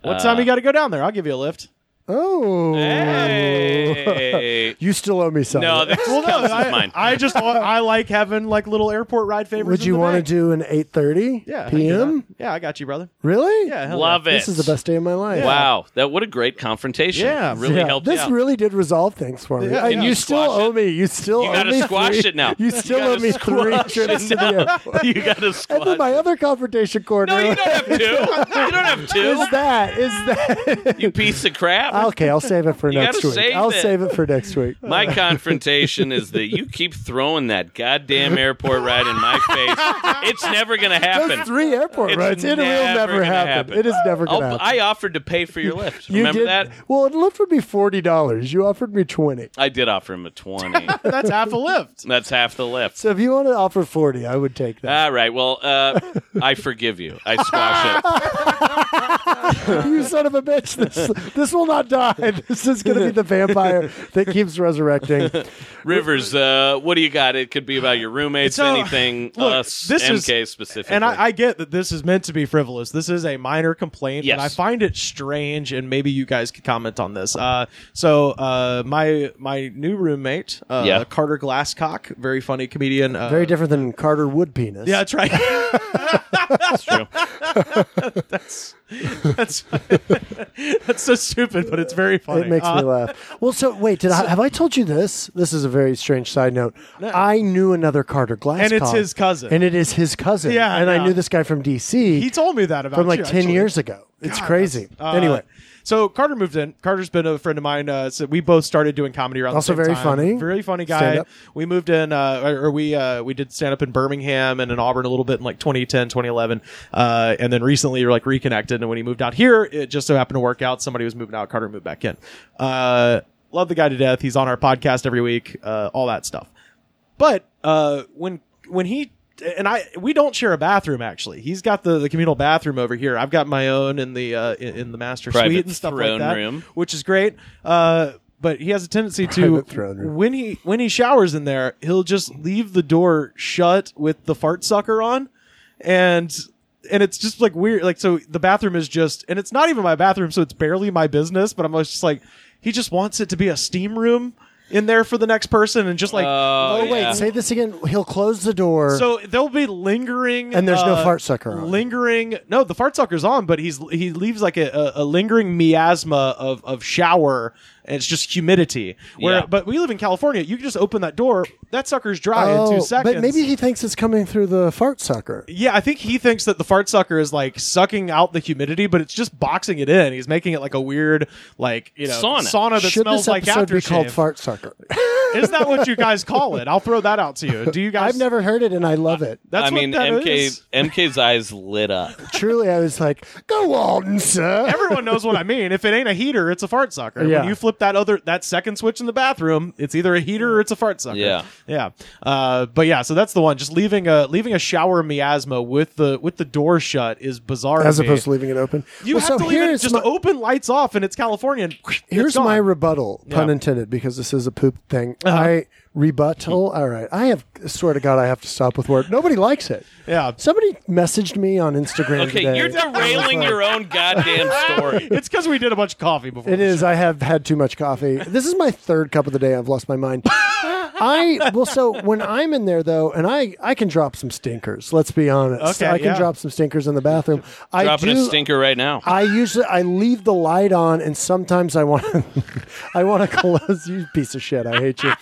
What
Uh,
time you got to go down there? I'll give you a lift.
Oh.
hey,
(laughs) You still owe me something.
no, this,
Well, no,
this
I,
is mine.
I
(laughs)
just want, I like having like little airport ride favorites.
Would you want to do an 8:30
Yeah. I can do
p.m.?
that. Yeah, I got you, brother.
Really?
Yeah. Hell
Love it.
This is the best day of my life.
Wow, that what a great confrontation.
Yeah.
really
Yeah,
helped.
this
out.
really did resolve things for me.
Yeah,
Uh,
yeah.
You
You
still
squash
owe me. You still
You
owe
gotta
me
squash
three-
it now. (laughs)
You
You
still
gotta
owe me three
squash
trips to the
(laughs)
airport.
you got
(laughs)
to
And then
squash.
my other confrontation corner
No, you don't
(laughs)
have two. You don't have
is
two.
that is
(laughs)
that.
You piece of crap.
okay, I'll save it for
You
next
gotta
week.
save
I'll
it.
save it for next week.
My confrontation is that you keep throwing that goddamn airport ride in my face. It's never gonna happen.
Those three airport
It's
rides. It will
never
never
gonna
happen.
happen.
It is never
I'll-
going to happen.
I offered to pay for your lift.
you
Remember
did,
that?
Well, it left would be forty dollars. You offered me twenty.
I did offer him a
(laughs)
20.
That's half a lift.
That's half the lift.
So if you want to offer forty, I would take that.
All right. Well, uh, I forgive you. I
(laughs)
squash it. Ah.
you son of a bitch. This this will not die. (laughs) This is going to be the vampire that keeps resurrecting.
(laughs) Rivers, uh, what do you got? It could be about your roommates,
So,
anything,
look,
us,
this is-
MK specifically.
And I, I get that this is meant to be frivolous. This is a minor complaint,
Yes.
and I find it strange. And maybe you guys could comment on this. Uh, so uh, my my new roommate, uh,
Yeah.
Carter Glasscock, very funny comedian. Uh,
Very different than Carter Wood penis.
yeah, that's right.
That's true.
(laughs) that's (laughs) that's so stupid, but it's very funny.
It makes
Uh,
me laugh. Well, so wait, did I have I told you this? This is a very strange side note. I knew another Carter Glass,
And it's his cousin.
and it is his cousin.
Yeah,
and I
yeah.
knew this guy from DC
He told me that about
from like
you,
ten
actually.
years ago. It's
God,
crazy.
that's- uh,
anyway,
So Carter moved in. Carter's been a friend of mine. Uh, so we both started doing comedy around.
Also
the same
very
time.
funny.
very funny
Stand
guy.
up.
We moved in, uh, or or we uh, we did stand up in Birmingham and in Auburn a little bit in like 2010, 2011, uh, and then recently like reconnected. And when he moved out here, it just so happened to work out. Somebody was moving out. Carter moved back in. Uh, love the guy to death. He's on our podcast every week. Uh, all that stuff. But uh, when when he and I we don't share a bathroom actually. He's got the, the communal bathroom over here. I've got my own in the uh, in, in the master
Private
suite and stuff like
throne
that,
room.
which is great. Uh, but he has a tendency to
Private throne room.
when he when he showers in there, he'll just leave the door shut with the fart sucker on, and and it's just like weird. Like so, the bathroom is just and it's not even my bathroom, so it's barely my business. But I'm always just like, he just wants it to be a steam room in there for the next person, and just like
Oh,
Oh wait,
yeah.
say this again. He'll close the door.
so there'll be lingering, uh,
And there's no fart sucker on.
Lingering, no, the fart sucker's on, but he's he leaves like a, a, a lingering miasma of of shower, and it's just humidity. Where,
Yeah.
but we live in California. You can just open that door, that sucker's dry
Oh,
uh, in two seconds.
but maybe he thinks it's coming through the fart sucker.
Yeah, I think he thinks that the fart sucker is like sucking out the humidity, but it's just boxing it in. He's making it like a weird, like you know,
Sauna.
sauna that
Should
smells
this
like
episode be called
aftershave.
fart sucker?
is that what you guys call it? I'll throw that out to you. Do you guys?
(laughs) I've never heard it, and I
(laughs)
love it.
That's
I
what
mean,
that
MK (laughs)
is.
MK's eyes lit up.
Truly, I was like, "Go on, sir."
Everyone knows
(laughs)
what I mean. If it ain't a heater, it's a fart sucker.
Yeah.
When you flip that other that second switch in the bathroom, it's either a heater or it's a fart sucker.
Yeah.
yeah. Uh, but yeah, so that's the one. Just leaving a leaving a shower miasma with the with the door shut is bizarre.
As
to me.
opposed to leaving it open.
you
Well,
have to leave it
here's
just
my-
open lights off, and it's California. And it's
Here's
gone.
my rebuttal, pun
Yeah. Uh-huh.
intended, because this is a poop thing. I rebuttal. All right, I have swear to God, I have to stop with work. Nobody likes it.
yeah.
Somebody messaged me on Instagram.
Okay,
today.
you're
(laughs) Oh
derailing your own goddamn story.
It's because we did a bunch of coffee before.
It
the
is.
show.
I have had too much coffee. This is my third cup of the day. I've lost
(laughs)
my mind. I well, so when I'm in there though, and I I can drop some stinkers. Let's be honest.
Okay,
I can
yeah.
drop some stinkers in the bathroom. I
Dropping
do.
a stinker right now.
I usually I leave the light on, and sometimes I want (laughs) I want to close. You piece of shit! I hate you.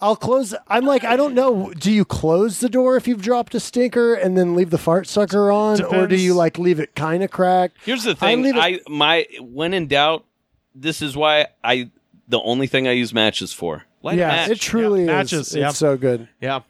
I'll close. I'm like I don't know. Do you close the door if you've dropped a stinker and then leave the fart sucker on, or do
Depends.
you like leave it kind of cracked?
Here's the thing.
leave it-
I, my when in doubt, this is why I the only thing I use matches for. Light a
yeah,
match.
it truly
Yeah,
is.
matches, yeah.
It's so good.
yeah.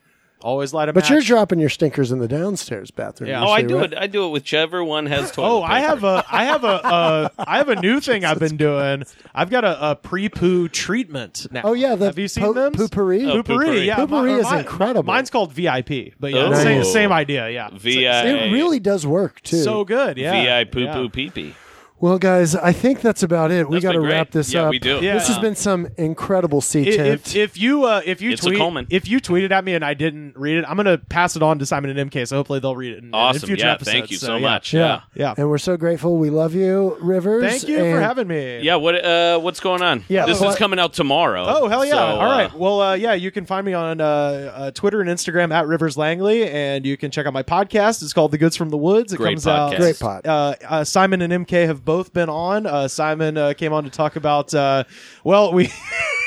Always light a
But
match.
you're dropping your stinkers in the downstairs bathroom.
Yeah.
Oh, I
usually,
do
right?
it. I do it whichever one has
(laughs)
toilet.
Oh, I
paper.
have a, I have a, uh, I have a new thing I've been doing. I've got a, a pre-poo treatment now.
Oh yeah, the
have you seen
po-
them?
poopery.
Oh,
Poopery,
Poopery.
yeah,
Poopery
mi-
is
mi-
incredible.
Mine's called VIP, but yeah,
Oh.
same,
Nice.
same idea. Yeah,
VI.
it really does work too.
so good. Yeah,
VI poo
yeah.
poo pee pee.
well, guys, I think that's about it. We
That's
got to
been great.
wrap this
Yeah,
up.
we do.
Yeah.
This has been some incredible sea
I-
tent.
If, if you uh, if you
It's a
tweet
Coleman.
if you tweeted at me and I didn't read it, I'm gonna pass it on to Simon and MK. So hopefully they'll read it. In, in
Awesome.
future
Yeah.
episodes.
Thank you so,
uh, yeah.
much.
yeah.
Yeah.
and we're so grateful. We love you, Rivers.
Thank you for
and-
having me.
Yeah, what uh, what's going on?
Yeah,
this
well,
is coming out tomorrow.
Oh hell yeah!
So,
All right.
uh,
Well, uh, yeah, you can find me on uh, uh, Twitter and Instagram at Rivers Langley, and you can check out my podcast. It's called The Goods from the Woods. It
Great
comes out.
podcast.
Great pod.
Uh, uh, Simon and MK have both been on. Uh, Simon uh, came on to talk about. Uh, well, we. (laughs)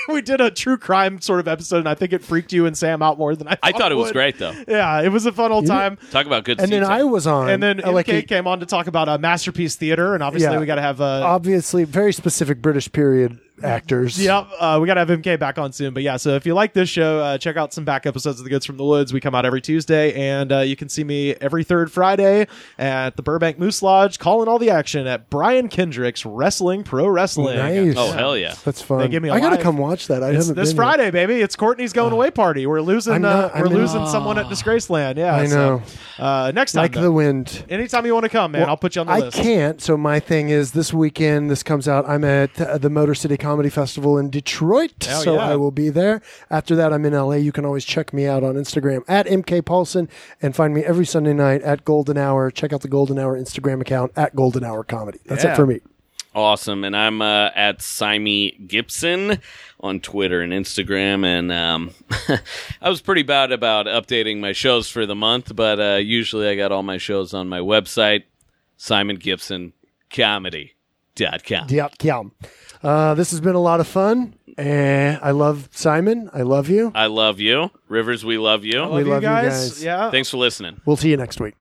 We did a true crime sort of episode, and I think it freaked you and Sam out more than I. Thought
I thought it was
would.
great though.
Yeah, it was a fun old time.
Talk about good.
and then
seating.
I was on,
And then
uh,
MK
like a-
came on to talk about uh, masterpiece theater, and obviously
Yeah.
we got to have uh,
obviously very specific British period actors.
Yep, uh, we got to have MK back on soon. But yeah, so if you like this show, uh, check out some back episodes of The Goods from the Woods. We come out every Tuesday, and uh, you can see me every third Friday at the Burbank Moose Lodge, calling all the action at Brian Kendrick's Wrestling Pro Wrestling.
Nice.
Oh hell yeah!
That's fun.
They give me a
I gotta
live-
come watch that. I
It's
haven't
this
been yet. Ah.
Friday, baby. It's Courtney's going away party. We're losing,
I'm
uh,
not- I'm
we're
in-
losing someone at Disgraceland. Yeah,
I
so,
know.
uh, next time,
like the
though.
wind.
anytime you want to come, man, I'll put you on the
I
list.
can't. So my thing is this weekend. This comes out. I'm at uh, the Motor City Comedy Festival in Detroit,
Hell
so
yeah.
I will be there. After that, I'm in LA. You can always check me out on Instagram at MK Paulson and find me every Sunday night at Golden Hour. Check out the Golden Hour Instagram account at Golden Hour Comedy. That's
Yeah.
it for me.
Awesome. And I'm uh, at Simi Gibson on Twitter and Instagram. And um, (laughs) I was pretty bad about updating my shows for the month, but uh, usually I got all my shows on my website, SimonGibsonComedy.com.
Diat Kiam. Uh, this has been a lot of fun. Eh, I love Simon. I love you.
I love you. Rivers, we love you.
Love
love you
you guys.
guys.
Yeah,
Thanks for listening.
We'll see you next week.